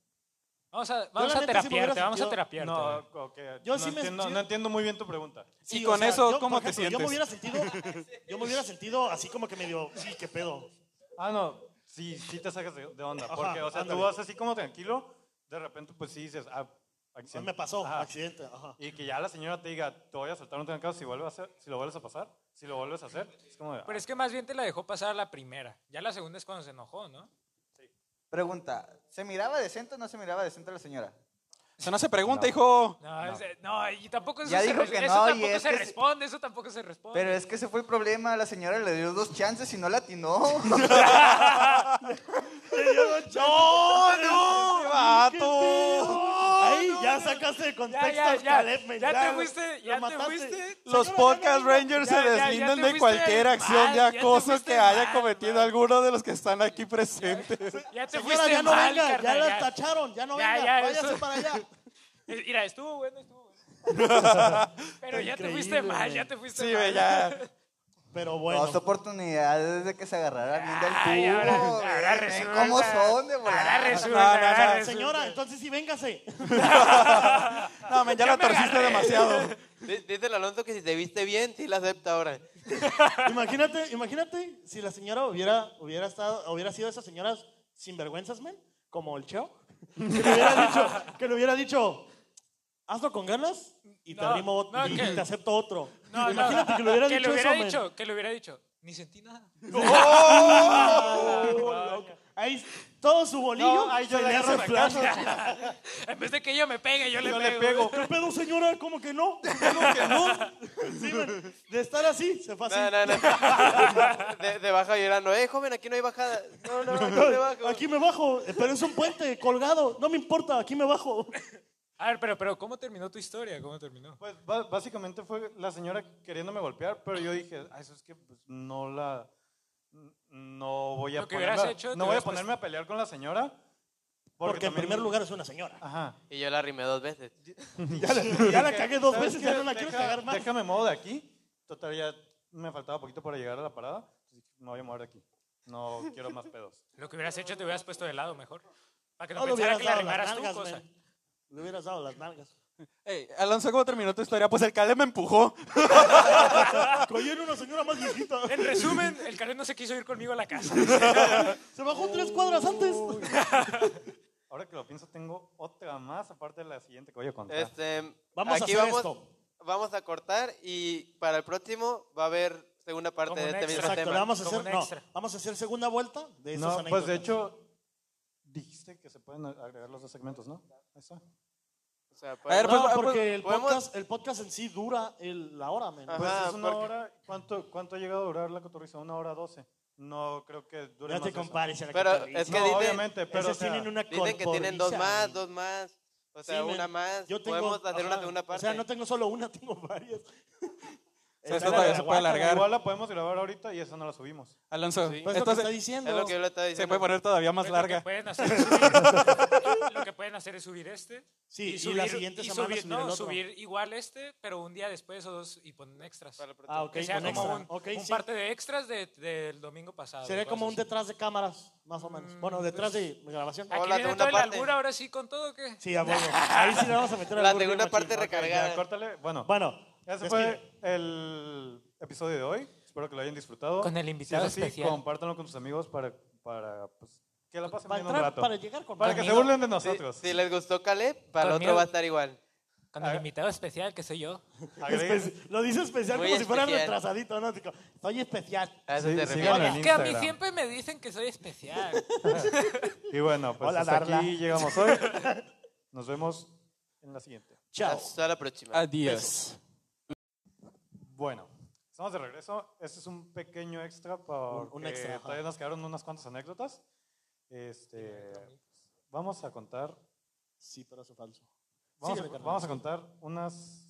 Vamos a, vamos la a neta, si me hubiera terapiarte, vamos a sentido- terapiarte. No, okay, Yo ¿eh? no, sí me- entiendo, sí- no entiendo muy bien tu pregunta. Sí, Y o con sea, eso, yo, ¿cómo por te ejemplo, Yo sientes? me hubiera sentido, yo me hubiera sentido así como que medio, sí, qué pedo. Ah, no, sí, sí te sacas de de onda, Ajá, porque, o sea, tú ándale. vas así como tranquilo, de repente pues sí dices, ah, accidente. Me pasó, Ajá. accidente. Ajá. Y que ya la señora te diga, te voy a soltar un trancazo si, vuelves a hacer, si lo vuelves a pasar, si lo vuelves a hacer. Es como de, Pero es que más bien te la dejó pasar a la primera. Ya la segunda es cuando se enojó, ¿no? Pregunta, ¿se miraba decente o no se miraba decente la señora? Eso no se pregunta, hijo. No, ese- no, y tampoco eso Ya se, dijo res- que eso no, y tampoco es se que- responde, eso tampoco se responde. Pero es que ese fue el problema, la señora le dio dos chances y no la atinó. ¡No, no! ¡Vato! Ahí ya sacaste de ya, contexto ya, al ya, Caleb, men, ya ya te fuiste, lo ya te mataste. fuiste. Los Señora, podcast ya no hay- rangers ya, se ya, ya deslindan te de fuiste cualquier mal, acción de ya te acoso fuiste que haya mal, cometido mal. alguno de los que están aquí presentes. Ya te Señora, fuiste ya no mal, venga, ya carnal, las ya. tacharon, ya no Ya, venga, ya, váyase eso- para allá. Eh, Mira, estuvo bueno, estuvo bueno. Pero ya te Increíble, fuiste mal, güey. ya te fuiste Sí, mal. güey, ya. Pero bueno, Dos oportunidades de que se agarrara bien del Ay, ahora- tubo. ahora güey. resulta. ¿Cómo son de volada? Ahora resulta, No, no, no, ahora resulta. señora, entonces sí, véngase. No, men, ya la me torciste agarré. demasiado. D- Dice el Alonso que si te viste bien, sí la acepta ahora. Imagínate, imagínate si la señora hubiera, hubiera, estado, hubiera sido esas señoras sinvergüenzas, men, como el Cheo, que le hubiera dicho, que le hubiera dicho hazlo con ganas y te No, arrimo otro, no, y que- te acepto otro. No, no, imagínate que le hubiera que dicho le hubiera eso, dicho, que le hubiera dicho, ni sentí nada. men. ¡Oh! Ahí todo su bolillo No, ahí yo se le le agarro hace flash. En vez de que ella me pegue, yo le yo pego. le pego. ¿Qué pedo, señora? ¿Cómo que no? ¿Cómo que no? Sí, men, de estar así, se fue así. No, no, no. De, de baja llorando. Eh, joven, aquí no hay bajada. No, no, aquí no hay bajo. Aquí me bajo, eh, pero es un puente colgado. No me importa, aquí me bajo. A ver, pero, pero ¿cómo terminó tu historia? ¿Cómo terminó? Pues ba- básicamente fue la señora queriéndome golpear, pero yo dije, "Ay, eso es que pues, no la... n- No voy a, Lo que ponerme, hubieras a- hecho, te no voy a hubieras ponerme a pelear con la señora. Porque, en también- primer lugar es una señora. Ajá. Y yo la rimé dos veces. Ya la, ya la cagué dos ¿Sabes veces, qué? ya no la quiero Deja- cagar más. Déjame modo de aquí. Total, ya me faltaba poquito para llegar a la parada. No voy a mover de aquí. No quiero más pedos. Lo que hubieras hecho te hubieras puesto de lado mejor. Para que no, No le pensara hubieras que la dado las rimaras tú, nalgas, cosa. men. Le hubieras dado las nalgas. Ey, Alonso, ¿cómo terminó tu historia? Pues el Caleb me empujó. Cayó en una señora más viejita. En resumen, el Karen no se quiso ir conmigo a la casa. Se bajó tres cuadras antes. Ahora que lo pienso, tengo otra más aparte de la siguiente que voy a contar. Este, Vamos a aquí hacer vamos, esto. Vamos a cortar y para el próximo va a haber segunda parte Como de un este mismo extra. Exacto, tema. le vamos a Como hacer, un no, extra. vamos a hacer segunda vuelta de esas no, pues de anécdotas. hecho, dijiste que se pueden agregar los dos segmentos, ¿no? Ahí está. O sea, A ver, pues- pues, No, ah, porque el podemos- podcast, el podcast en sí dura el- la hora, men. Ajá. Pues es una porque- hora. ¿Cuánto, ¿Cuánto ha llegado a durar la cotorriza? Una hora doce. No creo que dure más. No de te eso. compares a la Pero cotorriza. es que no, dicen- obviamente, pero. Esos o sea, tienen una dicen que tienen dos corporiza, más, men. dos más. O sea, Sí, men. una más. Yo tengo- Podemos hacer una ajá. segunda parte. O sea, no tengo solo una, tengo varias. sea, Está la esto de todavía se puede Aguaca, alargar. Igual la podemos grabar ahorita y esa no la subimos. Alonso, Pues Sí. es lo esto que se- está diciendo. es lo que yo le estaba se diciendo. puede poner todavía más Pues Lo que larga. pueden hacer es subir, lo que pueden hacer es subir este. Sí, y la siguiente semana subir, subir no, el otro. subir igual este, pero un día después o dos y ponen extras. Para el próximo. Ah, ok, que sea con como extra. un, Ok, un sí. parte de extras de- del domingo pasado. Sería como un cosas detrás de cámaras, más o menos. Mm, Bueno, detrás pues- de grabación. así. Aquí la viene segunda toda la parte. albura, ahora sí con todo, ¿o ¿qué? Sí, a huevo. Ahí sí le vamos a meter La albur bien segunda machín. parte Ok, recargada. Pues Ya, córtale. Bueno, Bueno, ese despide. fue el episodio de hoy. Espero Espero que lo hayan disfrutado. Con el invitado si es así, especial. compártanlo con sus amigos para, para pues, que la pasen Para, bien un entrar- rato. para Para, llegar con que se Conmigo. burlen de Si, nosotros. si les gustó Caleb, para el otro Conmigo. va a estar igual. Con el invitado especial que soy yo. Agreguen- Espe- Lo dice especial Muy como si fuera especial. retrasadito, ¿no? Digo, soy especial. A eso Sí, se sí, refiere. Síganlo Oye, en es que a mí Instagram. siempre me dicen que soy especial. Y bueno, pues Hola, hasta Darla. aquí llegamos hoy. Nos vemos en la siguiente. Chao. Hasta la próxima. Ah. Adiós. Bueno, estamos de regreso. Este es un pequeño extra porque un extra, ajá. todavía nos quedaron unas cuantas anécdotas. Este, vamos a contar, Sí, pero eso falso. vamos, Síguele, a, carnal. vamos a contar unas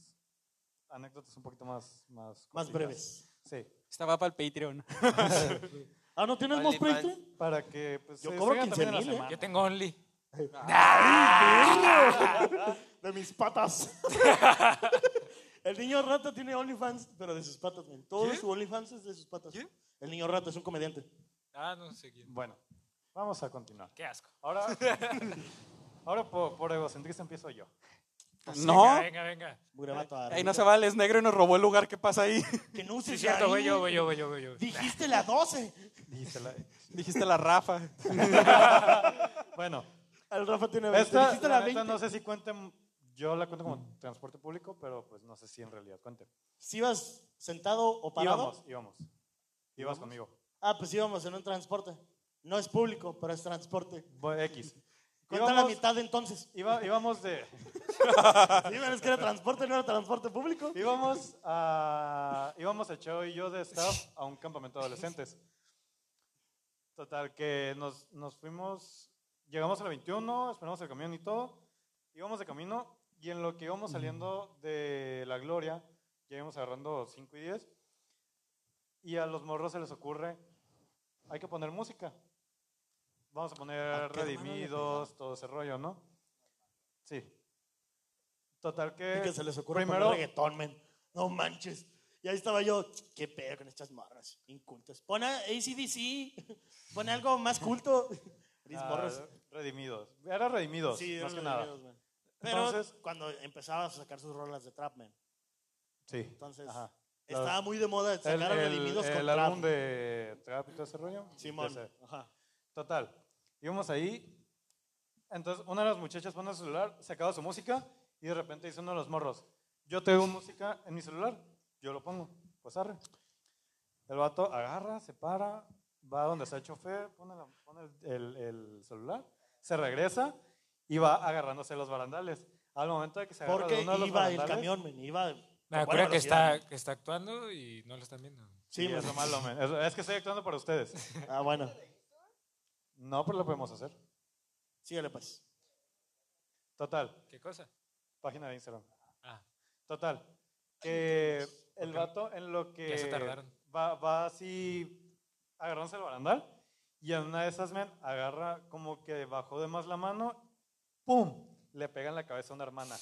anécdotas un poquito más más, Más cortitas. breves. Sí, Estaba para el Patreon. Ah, ¿no tienes más OnlyFans. Patreon? para que pues, Yo se cobro distraigan también en la 15,000, ¿eh? semana. Yo tengo Only. De mis patas. El niño rata tiene OnlyFans, pero de sus patas. men. Todo ¿Quién? su OnlyFans es de sus patas. ¿Quién? El niño rata es un comediante. Ah, no sé quién. Bueno, vamos a continuar. Qué asco. Ahora, ahora por, por egocentrista empiezo yo. No, Venga, venga, venga. Mugramato ahí no se vale, es negro y nos robó el lugar. ¿Qué pasa ahí? Que no Sí, uses es cierto, ahí. voy yo, voy yo, voy yo, voy yo. Dijiste la 12. Dijiste la- Dijiste la Rafa. Bueno, El Rafa tiene 20. Esta, Dijiste la la 20. neta, no sé si cuente, yo la cuento como transporte público, pero pues no sé si en realidad cuente. Si ibas sentado o parado. Íbamos, íbamos. Ibas conmigo. Ah, pues íbamos en un transporte. No es público, pero es transporte. Voy- X. Cuenta la mitad entonces. iba- íbamos de, Sí, pero es que era transporte, no era transporte público. íbamos a, íbamos el Cheo y yo de staff a un campamento de adolescentes. Total, que nos, nos fuimos, llegamos a la 21, esperamos el camión y todo, íbamos de camino y en lo que íbamos saliendo de la gloria, ya íbamos agarrando 5 y 10, y a los morros se les ocurre, hay que poner música. Vamos a Ah, poner qué hermano le redimidos, todo ese rollo, ¿no? Sí. Total que... Y que se les ocurre primero, poner reggaetón, men. No manches. Y ahí estaba yo, qué pedo con estas morras incultas. Pon a ACDC, pon algo más culto. Mis ah, morros. redimidos. Era redimidos, Sí, más eran que nada. redimidos, men. Pero Entonces- cuando empezaba a sacar sus rolas de trap, man, Sí. Entonces, Ajá. estaba muy de moda sacar el, a el- redimidos el con trap. álbum de Trap y todo ese rollo. Simón. Ese. Ajá. Total. Íbamos ahí. Entonces, una de las muchachas pone su celular, sacaba su música y de repente dice uno de los morros: Yo tengo música en mi celular, yo lo pongo. Pues arre. El vato agarra, se para, va donde está el chofer, pone, la- pone el, el- el celular, se regresa y va agarrándose los barandales. Al momento de que se agarra de Porque uno de los iba el barandales- camión, men, iba. Me con buena acuerdo que velocidad, está, men. que está actuando y no lo están viendo. Sí, Sí, men. es lo malo, men. Es- Es que estoy actuando para ustedes. Ah, bueno. No, pero lo podemos hacer. Síguele, pues. Total, ¿Qué cosa? página de Instagram. Ah, Total, que el vato en lo que Ya se tardaron. va, va así agarrándose el barandal y en una de esas men agarra como que bajó de más la mano, ¡pum! Le pega en la cabeza a una hermana.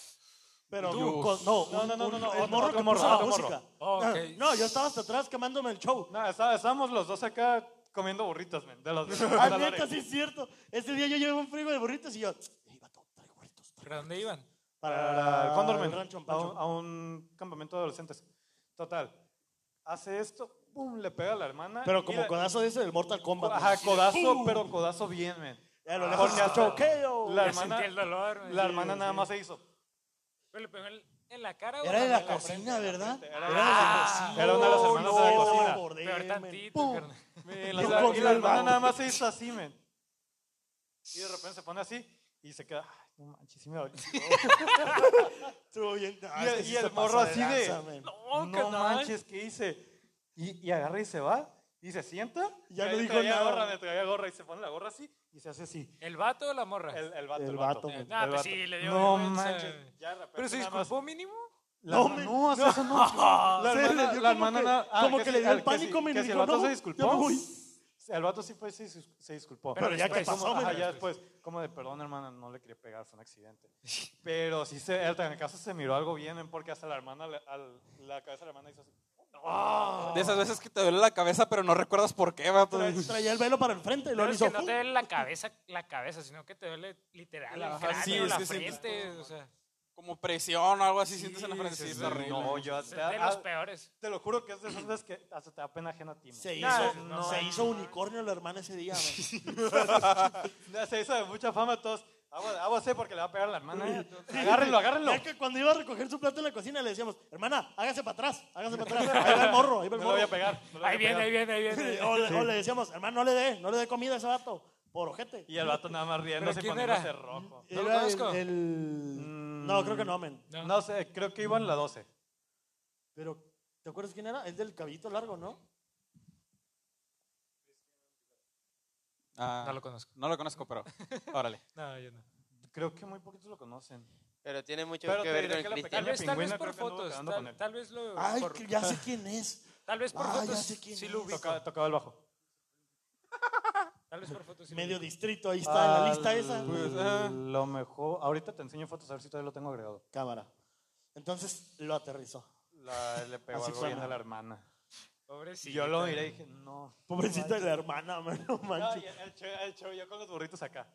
Pero Dios. con- no, No, un- no, no, un- no, no, el otro- morro otro que morro, puso la otro morro. música. Oh, Ah, ok. No, yo estaba hasta atrás quemándome el show. No, está- estábamos los dos acá comiendo burritos, men, de los de los Ah, barandales. neta, sí es cierto. Ese día yo llevé un frigo de burritos y yo, ey, vato, traigo burritos. traigo ¿Pero dónde iban? para Condormen, el rancho en a, Pancho. un, a un campamento de adolescentes. Total, hace esto, ¡pum! Le pega a la hermana. Pero y como la- codazo de ese del Mortal Kombat. ah, Ajá, güey. codazo, ¡Pum! pero codazo bien, men. A lo lejos, Porque hasta- choqueo. La Ya hermana- sentí el dolor. güey. La hermana nada más se hizo. Pero le pegó en, en la cara. o Era de en la frente? cocina, ¿verdad? Era de Ah, Era una de las no, hermanas de la no, cocina. me acordé, Peor men. tantito, ¡Pum! carnal. Y Yo la, comí y la el hermana vato. nada más se hizo así, men. Y de repente se pone así y se queda. Ay, no manches, sí me dolió. Estuvo bien. ah, Y es el- que sí y el se morro pasó así de- lanza, men. No, no carnal. manches, ¿qué hice? Y, y agarra y se va. Y se sienta. Ya y no ahí dijo traía nada. Gorra, me traía gorra y se pone la gorra así y se hace así. ¿El vato o la morra? El, el vato. El El vato, vato. men. Ah, el pues vato. sí, le dio No vergüenza. manches. ya de repente ¿Pero se nada más- disculpó mínimo? La, No, no, men. no, hace eso no. La Se le hermana, dio la como hermana que- nada- ah, como que le dio el ah, pánico, si- men, y Que si el dijo, vato "No, se ya me disculpó. voy". si El vato sí pues se, dis- se disculpó. Pero ya que como- pasó, ajá, men. ya después. Como de, perdón, hermana, no le quería pegar, fue un accidente. Pero sí, se, el trancazo se miró algo bien, men, porque hasta la hermana, le- al- la cabeza de la hermana hizo así. De esas veces que te duele la cabeza, pero no recuerdas por qué, vato. Tra- Traía el velo para el frente y Pero lo es hizo. que no te duele la cabeza, la cabeza, sino que te duele literal el Ajá, cráneo, sí, es la que sientes frente, o sea. como presión o algo así sientes en la frente. Sí, Sí, sí, está horrible. No, yo Es hasta- de los ah, peores. te lo juro que es de esas veces que hasta te da pena ajena a ti. man. Se hizo, No, no. se hizo unicornio la hermana ese día, güey. Se hizo de mucha fama, todos. Aguas, aguas, eh, porque le va a pegar a la hermana. eh. Agárrenlo, agárrenlo. Ya que cuando iba a recoger su plato en la cocina le decíamos, hermana, hágase para atrás, hágase para atrás. Ahí va el morro, ahí va No lo el morro. voy a pegar. no lo voy a Ahí viene, pegar. ahí viene, ahí viene. o, le, o le decíamos, hermano, no le dé, no le dé comida a ese vato, por ojete. Y el vato nada más riéndose quién poniéndose era? rojo. ¿No lo Era conozco? el- Mm. el- No, creo que no, men. No. No sé, creo que iba en la 12. Pero, ¿te acuerdas quién era? Es del cabellito largo, ¿no? Ah, No lo conozco. no lo conozco, pero órale. No, yo no. Creo que muy poquitos lo conocen. Pero tiene mucho Pero que te ver diré con el que la cristiano. pequeña- Tal vez, tal vez pingüina por creo que anduvo fotos. cagando con Tal, él. tal vez lo. Ay, por- que ya sé quién es. tal vez por Ah, ya fotos. sé quién Sí lo es. ubico. Tocaba, tocaba el bajo. Tal vez por fotos. sí lo Medio ubico. distrito, ahí está, en la lista Al- esa. ajá. Lo mejor. Ahorita te enseño fotos a ver si todavía lo tengo agregado. Cámara. Entonces, lo aterrizó. La- le pegó Así algo suena. bien a la hermana. Pobrecito. Y yo lo miré y dije, no. Pobrecita de la hermana, man, no No, manches. y el, el show, el show, yo con los burritos acá.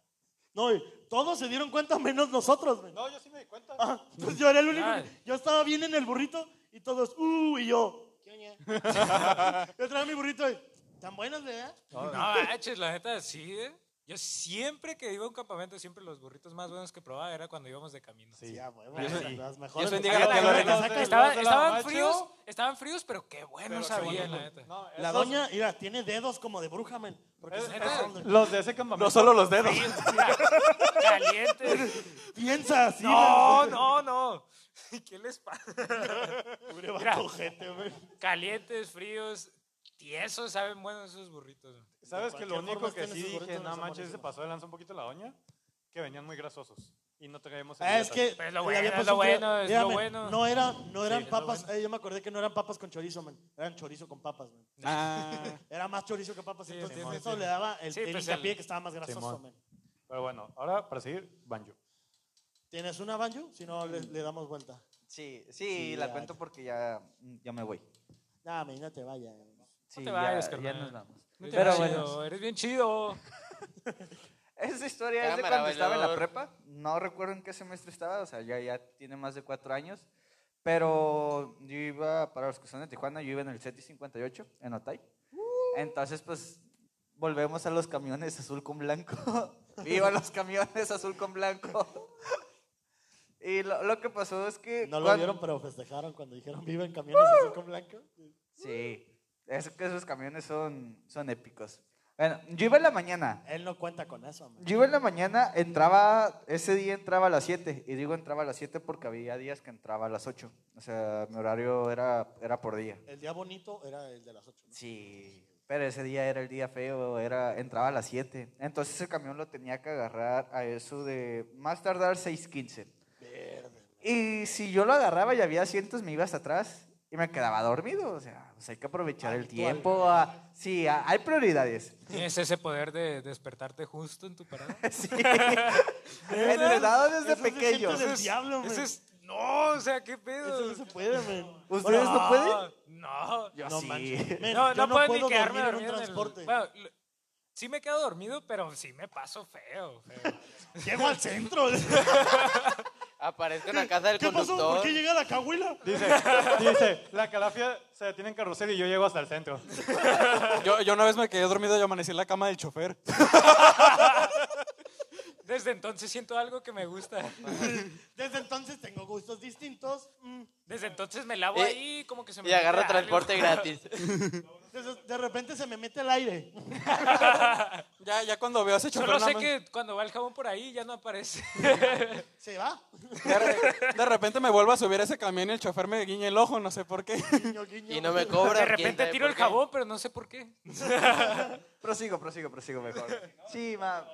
No, y todos se dieron cuenta menos nosotros, men. No, yo sí me di cuenta. Ah, pues yo era el único. Ay. que- Yo estaba bien en el burrito y todos, uh, y yo. ¿Qué oñe? yo traía mi burrito y, tan buenas, ¿verdad? No, No, manches, la neta, sí, ¿eh? Yo siempre que iba a un campamento, siempre los burritos más buenos que probaba era cuando íbamos de camino. Sí. Ya, bueno, Yo las- soy- las mejores. soy las- Diego las- que lo las- reconoce. las- Estaba- Estaban, ¿Los de la estaban Macho? fríos, estaban fríos, pero qué bueno Pero qué sabían, bueno. la neta. No, La esos- doña, mira, tiene dedos como de bruja, men. Eh, Porque es- se es- pasan de- los de ese campamento. No solo los dedos. Sí, mira, calientes. Piensa así, No, no, no. ¿Qué les pasa? men. Pobre vato, Mira. ojete, men. Calientes, fríos, tiesos, saben buenos esos burritos. ¿Sabes De que lo cualquier único forma que estén sí esos dije, burritos, no son manches, se buenísimos. pasó de lanza un poquito la doña? Que venían muy grasosos. Y no traíamos Ah, es servilletas. que Pero es lo le bueno, había es puesto lo un frío. bueno, es Mira, lo men, bueno. No, era, no eran es lo papas. eh, yo me acordé que no eran papas con chorizo, man. Eran chorizo con papas, man. Ah, Era más chorizo que papas. Sí, entonces Simón, eso Simón. le daba el, Sí, el pues, hincapié el- que estaba más grasoso, Simón. man. Pero bueno, ahora para seguir, Banjo. ¿Tienes una banjo? Si no, le, le damos vuelta. Sí, sí, Sí, la ya. cuento porque ya, ya me voy. Nah, men, no te vayas. Sí, te vayas, ya, ya carnal. nos vamos. Eres Pero bien bueno. chido, eres bien chido. Esa historia es de Cámara, cuando estaba en la bailador. prepa. No recuerdo en qué semestre estaba, o sea, ya, ya tiene más de cuatro años. Pero yo iba, para los que son de Tijuana, yo iba en el CETI 58, en Otay. Entonces, pues, volvemos a los camiones azul con blanco. Viva los camiones azul con blanco. y lo, lo que pasó es que... No lo cuan- vieron, pero festejaron cuando dijeron viva en camiones azul con blanco. Sí, es que esos camiones son, son épicos. Bueno, yo iba en la mañana, Él no cuenta con eso, man. Yo iba en la mañana, entraba, ese día entraba a las 7, y digo entraba a las 7 porque había días que entraba a las 8, o sea, mi horario era, era por día. El día bonito era el de las 8. Sí, pero ese día era el día feo, era, entraba a las 7, entonces el camión lo tenía que agarrar a eso de más tardar 6.15. Verde. Y si yo lo agarraba y había asientos, me iba hasta atrás y me quedaba dormido, o sea, pues hay que aprovechar el Habitual. tiempo. ah, sí, ah, hay prioridades. Tienes ese poder de despertarte justo en tu parada. Sí. Entrenado Eso desde es de gente pequeños. del diablo, man. Ese es. No, o sea, qué Eso pedo. no se puede, man. ¿Ustedes no pueden? No. Yo No sí. manches. Men, No, yo no, puedo, ni quedarme dormir dormido en el- transporte. Bueno, lo- sí me quedo dormido, pero sí me paso feo. feo. Llego al centro. Aparezco en la casa del ¿Qué pasó? ¿Por conductor. qué llega la cahuila? Dice, dice, la calafia se detiene en carrusel y yo llego hasta el centro. yo, yo una vez me quedé dormido y amanecí en la cama del chofer. Desde entonces siento algo que me gusta. Desde entonces tengo gustos distintos. Mm. Desde entonces me lavo Y- ahí, como que se me. Eh, Y agarro mete algo. transporte gratis. Desde- de repente se me mete el aire. Ya, ya cuando veo a ese chofer. Solo nada sé más- que cuando va el jabón por ahí ya no aparece. Se va. De, re- de repente me vuelvo a subir a ese camión y el chofer me guiña el ojo, no sé por qué. Guiño, guiño. Y no me cobra. De quién repente sabe tiro por el qué. jabón, pero no sé por qué. Prosigo, prosigo, prosigo mejor. Sí, ma-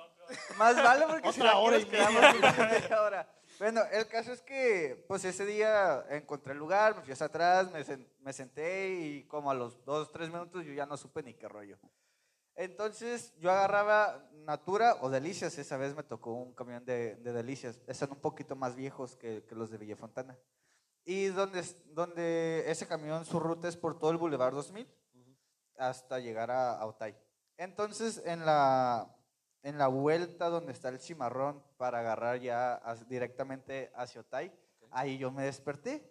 más vale porque si Otra no hora y nos media. quedamos aquí media hora. Bueno, el caso es que pues ese día encontré el lugar, me fui hasta atrás, me, sen- me senté y como a los dos, tres minutos yo ya no supe ni qué rollo. Entonces yo agarraba Natura o Delicias, esa vez me tocó un camión de, de Delicias, están un poquito más viejos que, que los de Villafontana. Y donde, es- donde ese camión, su ruta es por todo el Boulevard 2000 hasta llegar a, a Otay. Entonces, en la, en la vuelta donde está el cimarrón para agarrar ya as- directamente hacia Otay, Ahí yo me desperté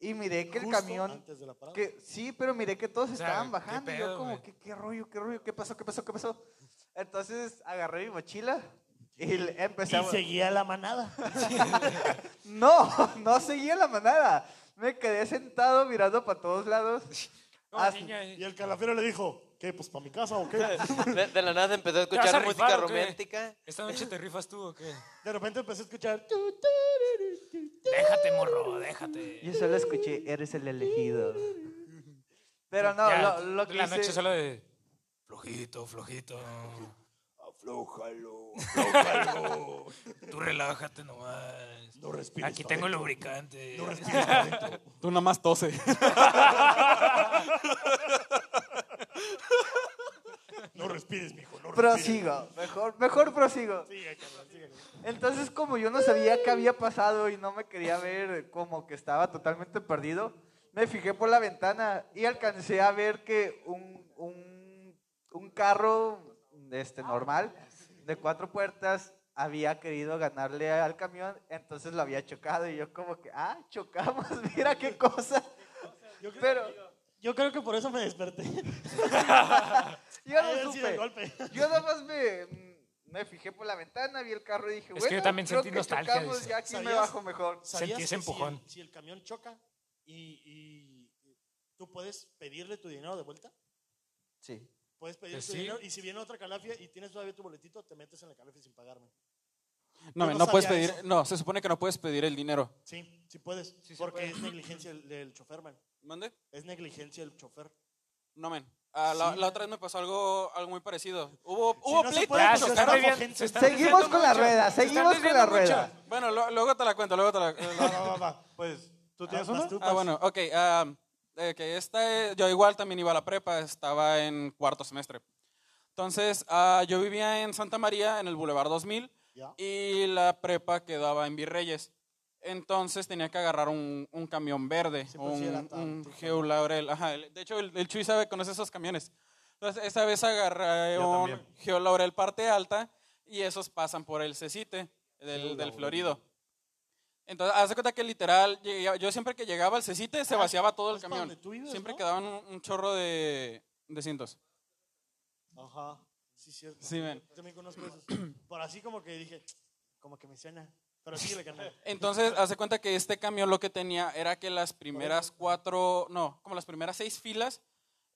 y miré que el Justo camión... Antes de la parada. Que, sí, pero miré que todos sea, estaban ¿qué bajando. y yo pedo, como, güey? ¿qué, ¿qué rollo, qué rollo? ¿Qué pasó, qué pasó, qué pasó? Entonces agarré mi mochila y le- empecé a... Y seguía la manada. No, no seguía la manada. Me quedé sentado mirando para todos lados. Como Haz- niño ahí. Y el calafero le dijo, ¿qué? Pues para mi casa o qué. De, de la nada empezó a ¿Te vas a escuchar música rifar o qué? romántica. ¿Esta noche te rifas tú o qué? De repente empecé a escuchar. Déjate, morro, déjate. Yo solo escuché, eres el elegido. Pero no, Ya, lo, lo que La hice- noche solo de flojito, flojito. Aflójalo, aflójalo. Tú relájate nomás. No respires. Aquí tengo el lubricante. No respires. pa' dentro. Tú nada más tose. No respires, mijo. No respires. Prosigo, mejor, mejor prosigo. Sigue, carnal, sigue. Entonces, como yo no sabía qué había pasado y no me quería ver, como que estaba totalmente perdido, me fijé por la ventana y alcancé a ver que un, un- un carro este, normal de cuatro puertas había querido ganarle al camión, entonces lo había chocado y yo como que, ah, chocamos, mira qué cosa. Yo creo, Pero yo creo que por eso me desperté. yo Ha de no haber sido el supe. golpe. Yo nada más me, me fijé por la ventana, vi el carro y dije, que bueno, yo también creo sentí que nostalgia, chocamos, dice. ya aquí me ¿Sabías? bajo mejor. ¿Sabías Sentí ese que si el- empujón. Si el, camión choca y, y- y tú puedes pedirle tu dinero de vuelta, Sí. puedes pedir Que tu Pues sí. dinero y si viene otra calafia y tienes todavía tu boletito, te metes en la calafia sin pagarme. No, Yo no no puedes sabía pedir, eso. no, se supone que no puedes pedir el dinero. Sí, sí puedes, Sí se porque puede. es negligencia del, del chofer, man. ¿Mande? Es negligencia del chofer. No, men. Ah, la, Sí. la otra vez me pasó algo, algo muy parecido. Hubo, hubo no se pleito, puede pues, se Ya, se Mucho, chocaron. están carajo, desviando- gente. se están Seguimos desviando con la mucho. rueda, Se están seguimos con desviando la mucho. rueda. Bueno, lo- luego te la cuento, luego te la... la- Va, va, va. Pues, ¿tú tienes Ah, vas una? tú, ah, vas. bueno, ok. ah, eh, que esta, es- yo igual también iba a la prepa, estaba en cuarto semestre. Entonces, ah, yo vivía en Santa María, en el Boulevard 2000, Ya. y la prepa quedaba en Virreyes. Entonces tenía que agarrar un, un camión verde, Sí, pues, sí, era un, tan- un tan- Geolaurel. Ajá, el- de hecho, el, el Chuy sabe, conoce esos camiones. Entonces, esa vez agarré Yo un también. Geolaurel parte alta y esos pasan por el Cecite del, del Florido. Entonces, haz de cuenta que literal, llegué- yo siempre que llegaba al Cecite se Ah, vaciaba todo el es para camión. donde tú vives, Siempre ¿no? quedaban un, un chorro de, de cintos. Ajá, sí, cierto. Sí, men. Yo también conozco esos. Por así como que dije, como que me suena. Pero síguele, carnal. Entonces, hace cuenta que este camión lo que tenía era que las primeras cuatro, no, como las primeras seis filas,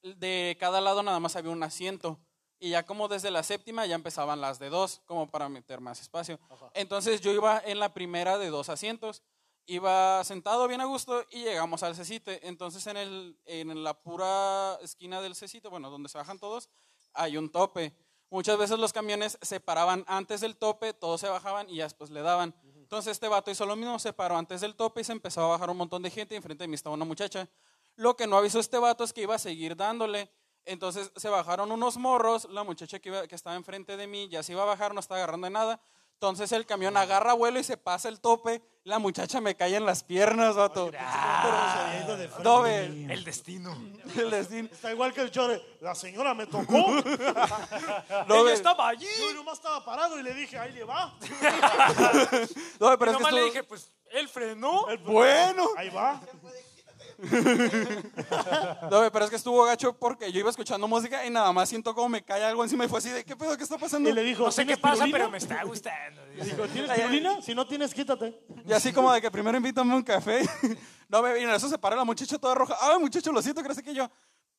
de cada lado nada más había un asiento. Y ya como desde la séptima ya empezaban las de dos, como para meter más espacio. Ajá. Entonces yo iba en la primera de dos asientos. Iba sentado bien a gusto y llegamos al Cecite. Entonces en, el, en la pura esquina del Cecite, bueno, donde se bajan todos, hay un tope. Muchas veces los camiones se paraban antes del tope, todos se bajaban y ya después le daban. Entonces este vato hizo lo mismo, se paró antes del tope y se empezó a bajar un montón de gente y enfrente de mí estaba una muchacha. Lo que no avisó este vato es que iba a seguir dándole. Entonces se bajaron unos morros, la muchacha que, iba- que estaba enfrente de mí ya se iba a bajar, no estaba agarrando de nada. Entonces el camión agarra vuelo y se pasa el tope. La muchacha me cae en las piernas, vato. Ah. Pero se había ido de frente. No, ve, El destino. el destino. Está igual que el chore. La señora me tocó. No, Ella ve. estaba allí. Yo nomás estaba parado y le dije, ahí le va. No, ve, pero es que Nomás le estuvo- dije, pues, él frenó. Bueno. Ahí va. No, güey, pero es que estuvo gacho porque yo iba escuchando música y nada más siento como me cae algo encima y fue así de qué pedo que está pasando. Y le dijo, No sé qué "¿Tienes pasa, pirulina?" pero me está gustando. dice. Digo, ¿tienes pirulina? Si no tienes, quítate. Y así como de que primero invítame un café. No, güey, y en eso se paró la muchacha toda roja. Ay, muchacho, lo siento, crees que yo.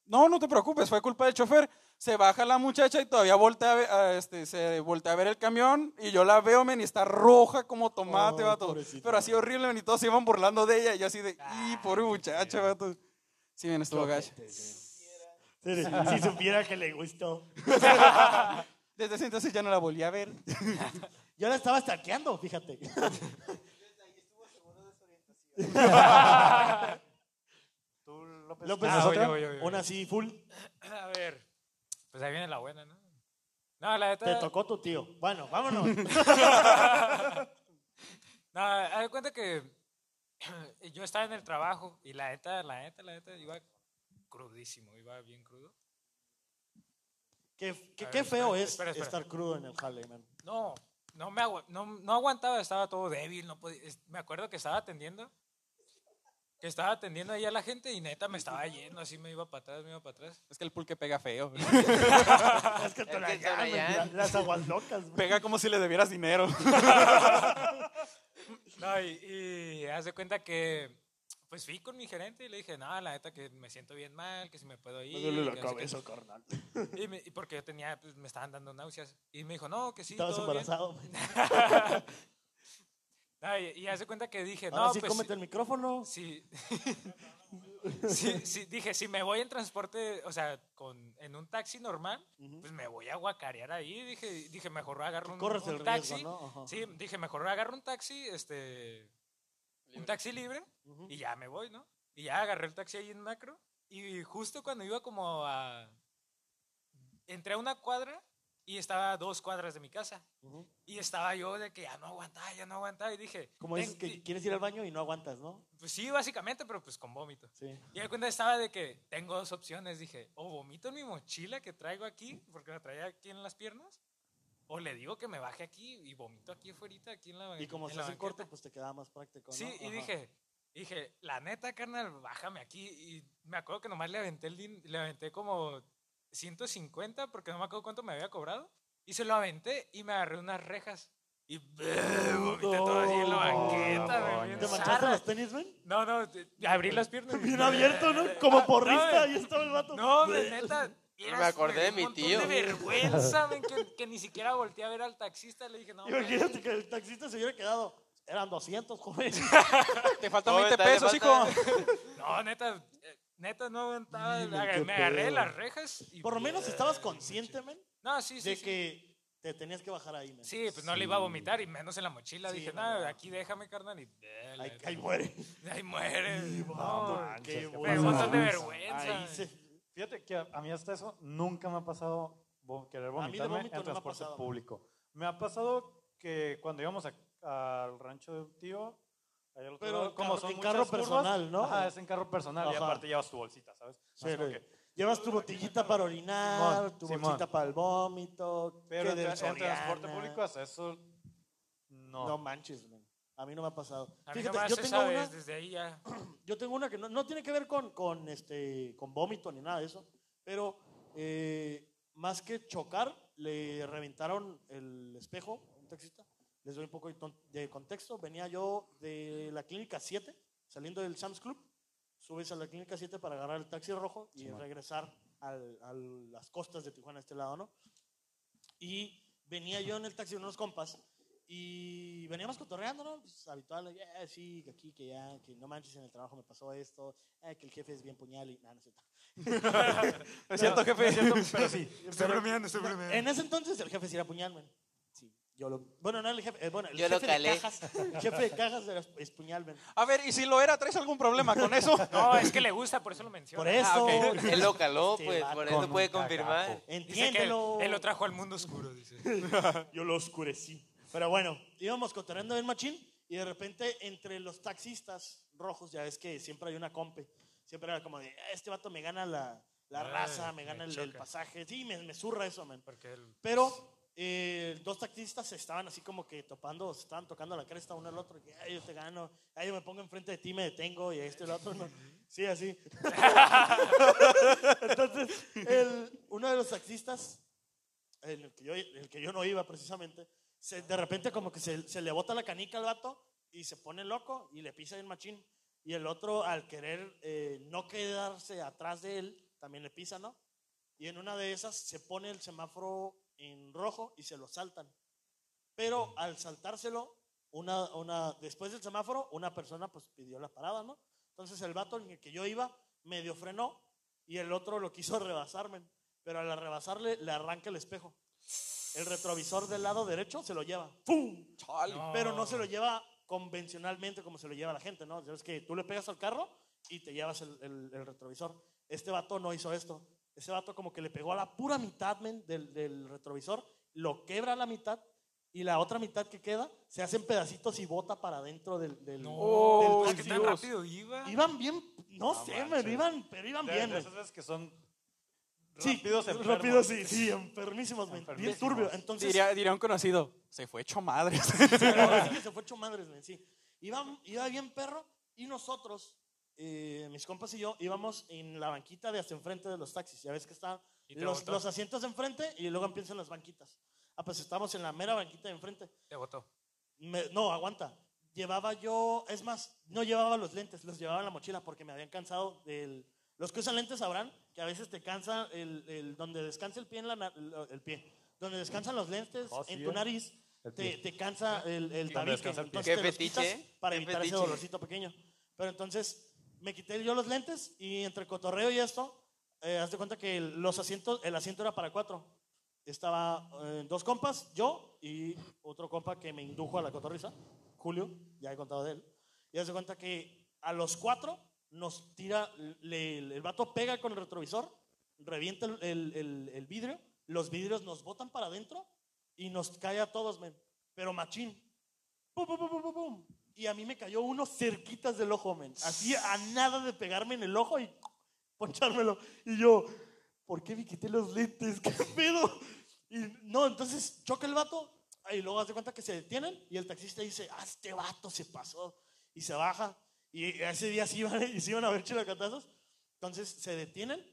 No, no te preocupes, fue culpa del chofer. Se baja la muchacha y todavía voltea a ver, a, este, se voltea a ver el camión y yo la veo, men, y está roja como tomate, Oh, vato. pobrecita. Pero así horrible, men, y todos se iban burlando de ella y yo así de, y pobre muchacha, vato. Sí, bien, estuvo gacho. Si supiera que le gustó. Desde ese entonces ya no la volví a ver. Yo la estaba stalkeando, fíjate. ¿Tú, López? López, Ah, ¿es voy, otra? voy, voy, voy. una así full. A ver. Pues ahí viene la buena, ¿no? No, la Te neta. tocó tu tío. Bueno, vámonos. No, haz de cuenta que yo estaba en el trabajo y la neta, la neta, la neta, iba crudísimo, iba bien crudo. Qué, qué- A ver, qué feo espera, es espera, espera. estar crudo en el jale, man. No, no, me agua- no, no aguantaba, estaba todo débil. No podía- es- me acuerdo que estaba atendiendo. Que estaba atendiendo ahí a la gente y neta me estaba yendo, así me iba para atrás, me iba para atrás. Es que el pulque pega feo. Es que el que el Tonayán, güey, Tonayán. la- Las aguas locas, güey. pega como si le debieras dinero. No, y, y haz de cuenta que pues fui con mi gerente y le dije, no, la neta que me siento bien mal, que si me puedo ir. Me duele la que no sé qué". cabeza, carnal. Y, me- y porque yo tenía, pues, me estaban dando náuseas. Y me dijo, no, que sí. Estabas todo bien". embarazado. güey. No, y, y hace cuenta que dije, Ahora no, sí, pues. cómete el micrófono. Sí. sí, sí, dije, si me voy en transporte, o sea, con, en un taxi normal, Ujú. pues me voy a guacarear ahí. Dije, dije mejor agarro un, Corres un el taxi. riesgo, ¿no? Ajá. Sí, dije, mejor agarro un taxi, este. Un taxi libre Ujú. y ya me voy, ¿no? Y ya agarré el taxi ahí en macro y justo cuando iba como a... Entré a una cuadra y estaba a dos cuadras de mi casa. Ujú. Y estaba yo de que ya no aguantaba, ya no aguantaba. Y dije... Como "Ten- dices que di- quieres ir al baño y no aguantas, ¿no? Pues sí, básicamente, pero pues con vómito. Sí. Y de cuenta estaba de que tengo dos opciones. Dije, o vomito en mi mochila que traigo aquí, porque la traía aquí en las piernas, o le digo que me baje aquí y vomito aquí afuera, aquí en la Y como en se la hace banqueta". corto, pues te queda más práctico, ¿no? Sí, y Ajá. dije, dije, la neta, carnal, bájame aquí. Y me acuerdo que nomás le aventé, el din- le aventé como 150 porque no me acuerdo cuánto me había cobrado. Y se lo aventé y me agarré unas rejas. Y vomité todo así en la banqueta. me vi bien ¿Te manchaste zarra. los tenis, ven? No, no, te- abrí las piernas. y- Bien abierto, ¿no? Como porrista, no, eh, ahí estaba el vato. No, de neta. eras- Me acordé de dio un mi montón tío. de vergüenza, men, que, que ni siquiera volteé a ver al taxista. Le dije, no. men, Imagínate que el taxista se hubiera quedado. Eran 200, joven. Te faltan Joven, 20 dale, pesos, hijo. falta. No, neta, eh, neta no aguantaba. Sí, me men, qué aga- me agarré de pedo. las rejas. Y eh, Por lo menos estabas consciente, men, No, sí, sí. de sí. que te tenías que bajar ahí, men. Sí, pues no le iba a vomitar y menos en la mochila. Sí, dije, no, nada, no. aquí déjame, carnal. Y eh, la- Ahí, ahí muere. ahí muere. No, qué manches, qué me dio un bueno. montón de vergüenza. Ahí se... Fíjate que a, a mí hasta eso nunca me ha pasado vo- querer mí de vomitarme en vómito no me ha transporte pasado. público. Me ha pasado que cuando íbamos a- al rancho de un tío, allá al otro Pero lado, en como carro- son en carro muchas curvas, personal, ¿no? Ajá, es en carro personal y Ajá. aparte llevas tu bolsita, ¿sabes? Sí, Así como güey. que- Llevas tu botellita para orinar, Simón, tu Simón. bolsita para el vómito. pero que en, del tra- en transporte Soriana. público hasta eso no. No, manches, men. A mí no me ha pasado. A mí Fíjate, nomás yo, esa tengo vez, una, desde ahí ya. yo tengo una que no, no tiene que ver con, con, este, con vómito ni nada de eso, pero eh, más que chocar, le reventaron el espejo a un taxista. Les doy un poco de ton- de contexto. Venía yo de la clínica 7, saliendo del Sam's Club. Subes a la clínica 7 para agarrar el taxi rojo y regresar al- a las costas de Tijuana, a este lado, ¿no? Y venía yo en el taxi con unos compas y veníamos cotorreando, ¿no? Pues, habitual, "Eh, sí, que aquí, que ya, que no manches, en el trabajo me pasó esto, eh, que el jefe es bien puñal y nada, no es cierto. Es cierto, jefe. Pero sí, Estoy bromeando, estoy bromeando. En ese entonces el jefe sí era puñal, men. Sí, yo lo, bueno, no el jefe, eh, bueno, el Yo lo jefe de calé. cajas, el jefe de cajas era, es puñal, men. A ver, y si lo era, ¿traes algún problema con eso? No, es que le gusta, por eso lo Ah, menciono. Por Ah, eso, Él lo caló, Este pues, vato. por Con eso un puede cagapo. confirmar. Dice que él, entiéndelo. él lo trajo al mundo oscuro, dice. Yo lo oscurecí. Pero bueno, íbamos cotorreando en machín y de repente entre los taxistas rojos, ya ves que siempre hay una compe, siempre era como de, "Ah, este vato me gana la, la Ah, raza, me me gana el, choca. el pasaje, sí, me, me zurra eso, man. Porque él... Pero eh, dos taxistas se estaban así como que topando, se estaban tocando la cresta uno al otro, que "Ay, yo te gano, ay, yo me pongo enfrente de ti, me detengo y este y el otro no. Sí, así. Entonces, el- uno de los taxistas, el que yo, el que yo no iba precisamente, se- de repente como que se, se le bota la canica al vato y se pone loco y le pisa el machín. Y el otro, al querer eh, no quedarse atrás de él, también le pisa, ¿no? Y en una de esas se pone el semáforo en rojo y se lo saltan. Pero al saltárselo, una, una, después del semáforo, una persona pues pidió la parada, ¿no? Entonces el vato en el que yo iba medio frenó y el otro lo quiso rebasarme. Pero al rebasarle le arranca el espejo. El retrovisor del lado derecho se lo lleva. ¡Pum! Chale. Pero no Oh. se lo lleva convencionalmente como se lo lleva la gente, ¿no? Es que tú le pegas al carro y te llevas el, el- el retrovisor. Este vato no hizo esto. Ese vato como que le pegó a la pura mitad men, del, del retrovisor, lo quebra a la mitad y la otra mitad que queda se hacen pedacitos y bota para adentro del... del- No, del es que tan taxi. rápido iba. Iban bien, no, sé, men, manches. iban, pero iban de, bien. de men. esas veces que son Sí, Rápidos enfermos. rápido, sí, sí, enfermísimos, men, bien Enfermísimos. turbio. Entonces, Diría, diría un conocido, se fue hecho madre. Sí, se fue hecho madres, men, sí. Iba, iba bien perro y nosotros, eh, mis compas y yo, íbamos en la banquita de hasta enfrente de los taxis. Ya ves que están Y te los, botó. los asientos de enfrente y luego empiezan las banquitas. Ah, pues estábamos en la mera banquita de enfrente. Te votó. Me- no, aguanta. Llevaba yo, es más, no llevaba los lentes, los llevaba en la mochila porque me habían cansado del... Los que usan lentes sabrán que a veces te cansa el, el- donde descansa el pie en la na- el, el pie. Donde descansan los lentes Oh, sí, en tu eh. nariz, El te, pie. te cansa el, Donde el tabique. descansa el pie. Entonces Qué te los fetiche, quitas para qué evitar ese fetiche. dolorcito pequeño. Pero entonces me quité yo los lentes y entre cotorreo y esto, eh, haz de cuenta que el- los asientos, el asiento era para cuatro. Estaba eh, dos compas, yo y otro compa que me indujo a la cotorriza, Julio, ya he contado de él. Y haz de cuenta que a los cuatro nos tira, le- el vato pega con el retrovisor, revienta el, el- el- el vidrio, los vidrios nos botan para adentro y nos cae a todos, men. Pero machín. Pum, pum, pum, pum, pum, pum. Y a mí me cayó uno cerquitas del ojo, men. Así a nada de pegarme en el ojo y ponchármelo. Y yo, ¿por qué me quité los lentes? ¿Qué pedo? Y no, entonces choca el vato y luego hace cuenta que se detienen y el taxista dice, ah, este vato se pasó. Y se baja. Y ese día sí iban, y sí iban a ver chilacatazos. Entonces se detienen.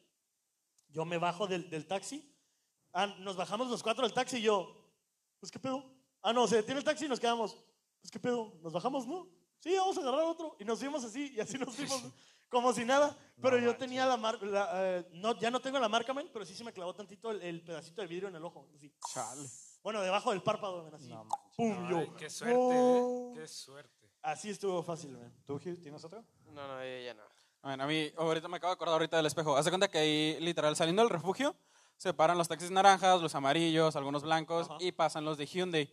Yo me bajo del, del taxi. Ah, nos bajamos los cuatro del taxi y yo, pues qué pedo. Ah, no, se detiene el taxi y nos quedamos. Pues qué pedo, nos bajamos, ¿no? Sí, vamos a agarrar otro. Y nos fuimos así, y así nos fuimos, como si nada. Pero yo tenía la marca, no, ya no tengo la marca, men, pero sí se me clavó tantito el, el pedacito de vidrio en el ojo. así. Bueno, debajo del párpado, men, así. Pum, yo. "Oh". Ay, qué suerte, eh, no. qué suerte. Así estuvo fácil, men. ¿Tú, Gil, tienes otro? No, no, yo ya no. A ver, a mí, ahorita me acabo de acordar ahorita del espejo. Haz de cuenta que ahí, literal, saliendo del refugio, se paran los taxis naranjas, los amarillos, algunos blancos Ajá. y pasan los de Hyundai.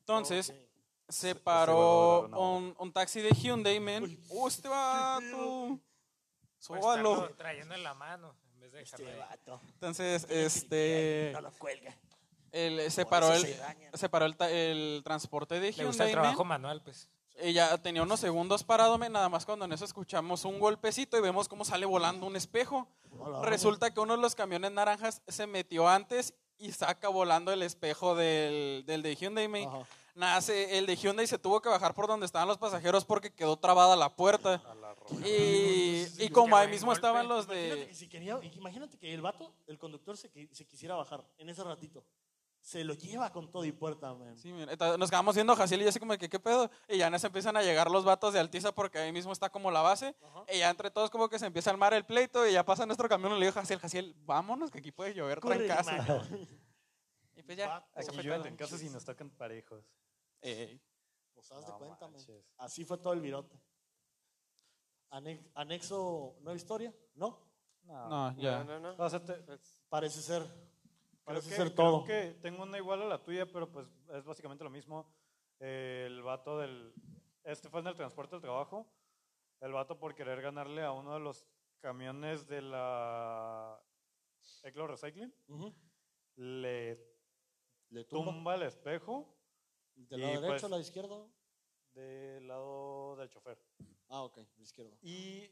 Entonces, Ok. se ese güey va a paró durar una hora. un, un taxi de Hyundai, men. Uy, ¡Oh, este pedo. vato! Pues Por ¡Sóbalo! Pues estarlo Trayendo en la mano en vez de dejarlo Pues Este ahí. vato. Entonces, tiene este. tripié, No lo cuelga. el- se Por paró eso el, se dañan. se paró el, ta- el transporte Le de gusta el Hyundai, men. trabajo manual, pues. Y ya tenía unos segundos parado, men, nada más cuando en eso escuchamos un golpecito y vemos cómo sale volando un espejo. Hola, hola. Resulta que uno de los camiones naranjas se metió antes y saca volando el espejo del, del de Hyundai. me- Ajá. Nada, se- el de Hyundai se tuvo que bajar por donde estaban los pasajeros porque quedó trabada la puerta. Y, y como ahí mismo estaban los Imagínate que, de... si quería, imagínate que el vato, el conductor, se, qui- se quisiera bajar en ese ratito. Se lo lleva con todo y puerta, man. Sí, mira, entonces nos quedamos viendo a Jaciel y yo así como que qué pedo. Y ya nos empiezan a llegar los vatos de Altiza porque ahí mismo está como la base. Y ya entre todos como que se empieza a armar el pleito y ya pasa nuestro camión y le digo a Jaciel, Jaciel, vámonos que aquí puede llover Corre, trancas. hermano. Y pues ya, Vato. eso Aquí fue llueve todo. en casa si nos tocan parejos. Ey. Pues haz de No cuenta, man. manches. Así fue todo el virote. Anex- anexo, ¿no historia? No, No, ya. No, no, No, no. o sea, te- parece ser. creo Parece que, ser creo todo. que tengo una igual a la tuya, pero pues es básicamente lo mismo. Eh, el vato del... Este fue en el transporte del trabajo. El vato por querer ganarle a uno de los camiones de la Eclo Recycling, Ujú. le Le tumba. tumba el espejo ¿Del lado y, derecho pues, o lado izquierdo? del lado del chofer. Ah, ok, la izquierdo. Y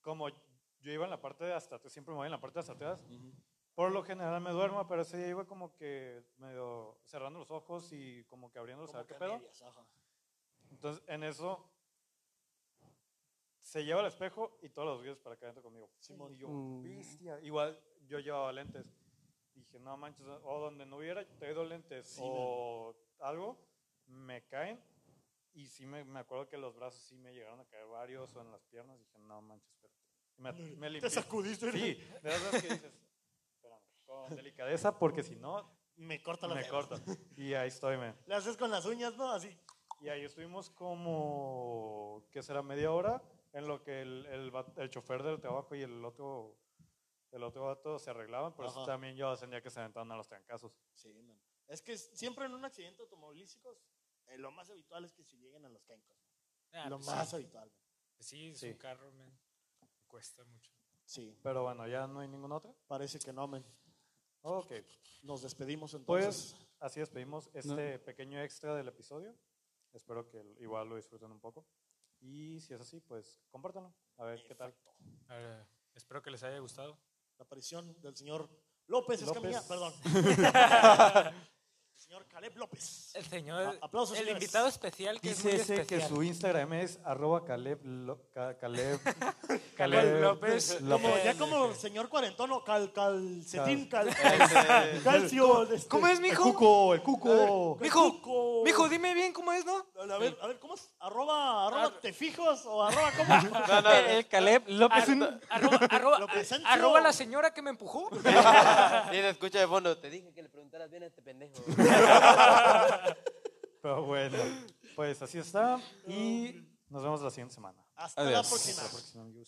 como yo iba en la parte de hasta atrás, siempre me voy en la parte de hasta atrás, Ujú. por lo general me duermo, pero ese día iba como que medio cerrando los ojos y como que abriéndolos a Como ver que qué a pedo. medias, ajá. Entonces en eso se lleva el espejo y todos los vidrios para acá adentro conmigo. Simón. Y yo, bestia. Igual yo llevaba lentes. Dije, no manches, o donde no hubiera traído lentes Sí, o algo, me caen. Y sí me, me acuerdo que los brazos sí me llegaron a caer varios o en las piernas. Dije, no manches, pero me, me limpié. Te sacudiste. Sí, de las veces que dices, espérame, con delicadeza, porque si no, Me corta la me corta. Y ahí estoy, me. Le haces con las uñas, ¿no? Así. Y ahí estuvimos como, ¿qué será? Media hora en lo que el, el va- el chofer del trabajo y el otro, el otro vato se arreglaban, pero Ajá. también yo sentía que se aventaban a los trancazos. Sí, man. Es que s- siempre en un accidente automovilístico eh, lo más habitual es que se lleguen a los cancos. Ah, lo pues más sí. habitual. man. Sí, su Sí. carro, men. Cuesta mucho. Sí, Pero bueno, ya no hay ninguna otra. parece que no, man. Ok, Nos despedimos entonces. pues así despedimos este pequeño extra del episodio. Espero que l- igual lo disfruten un poco. Y si es así, pues compártanlo. A ver qué tal. A ver, espero que les haya gustado. la aparición del señor López. López, Escamilla, perdón. el señor Caleb López. El señor, A- aplausos, el señores. invitado especial que es muy Dice ese que especial. su Instagram es arroba Caleb, Lo- Ca- Caleb, Caleb López. Como, López. ya como señor cuarentón, o cal, calcetín, cal, Ese- calcio. este, ¿Cómo es, El mijo? cuco, el cuco. Mijo, Cuco. mijo, dime bien cómo es, ¿no? A ver, a ver, ¿cómo es? Arroba, arroba, te fijos o arroba, ¿cómo? No, no, El Caleb López. Ar- arroba, arroba- Lo presento. arroba la señora que me empujó. Y se escucha de fondo, te dije que le preguntaras bien a este pendejo. Pero bueno, pues así está. Y nos vemos la siguiente semana. Hasta la Adiós. próxima. Si no me equivoco.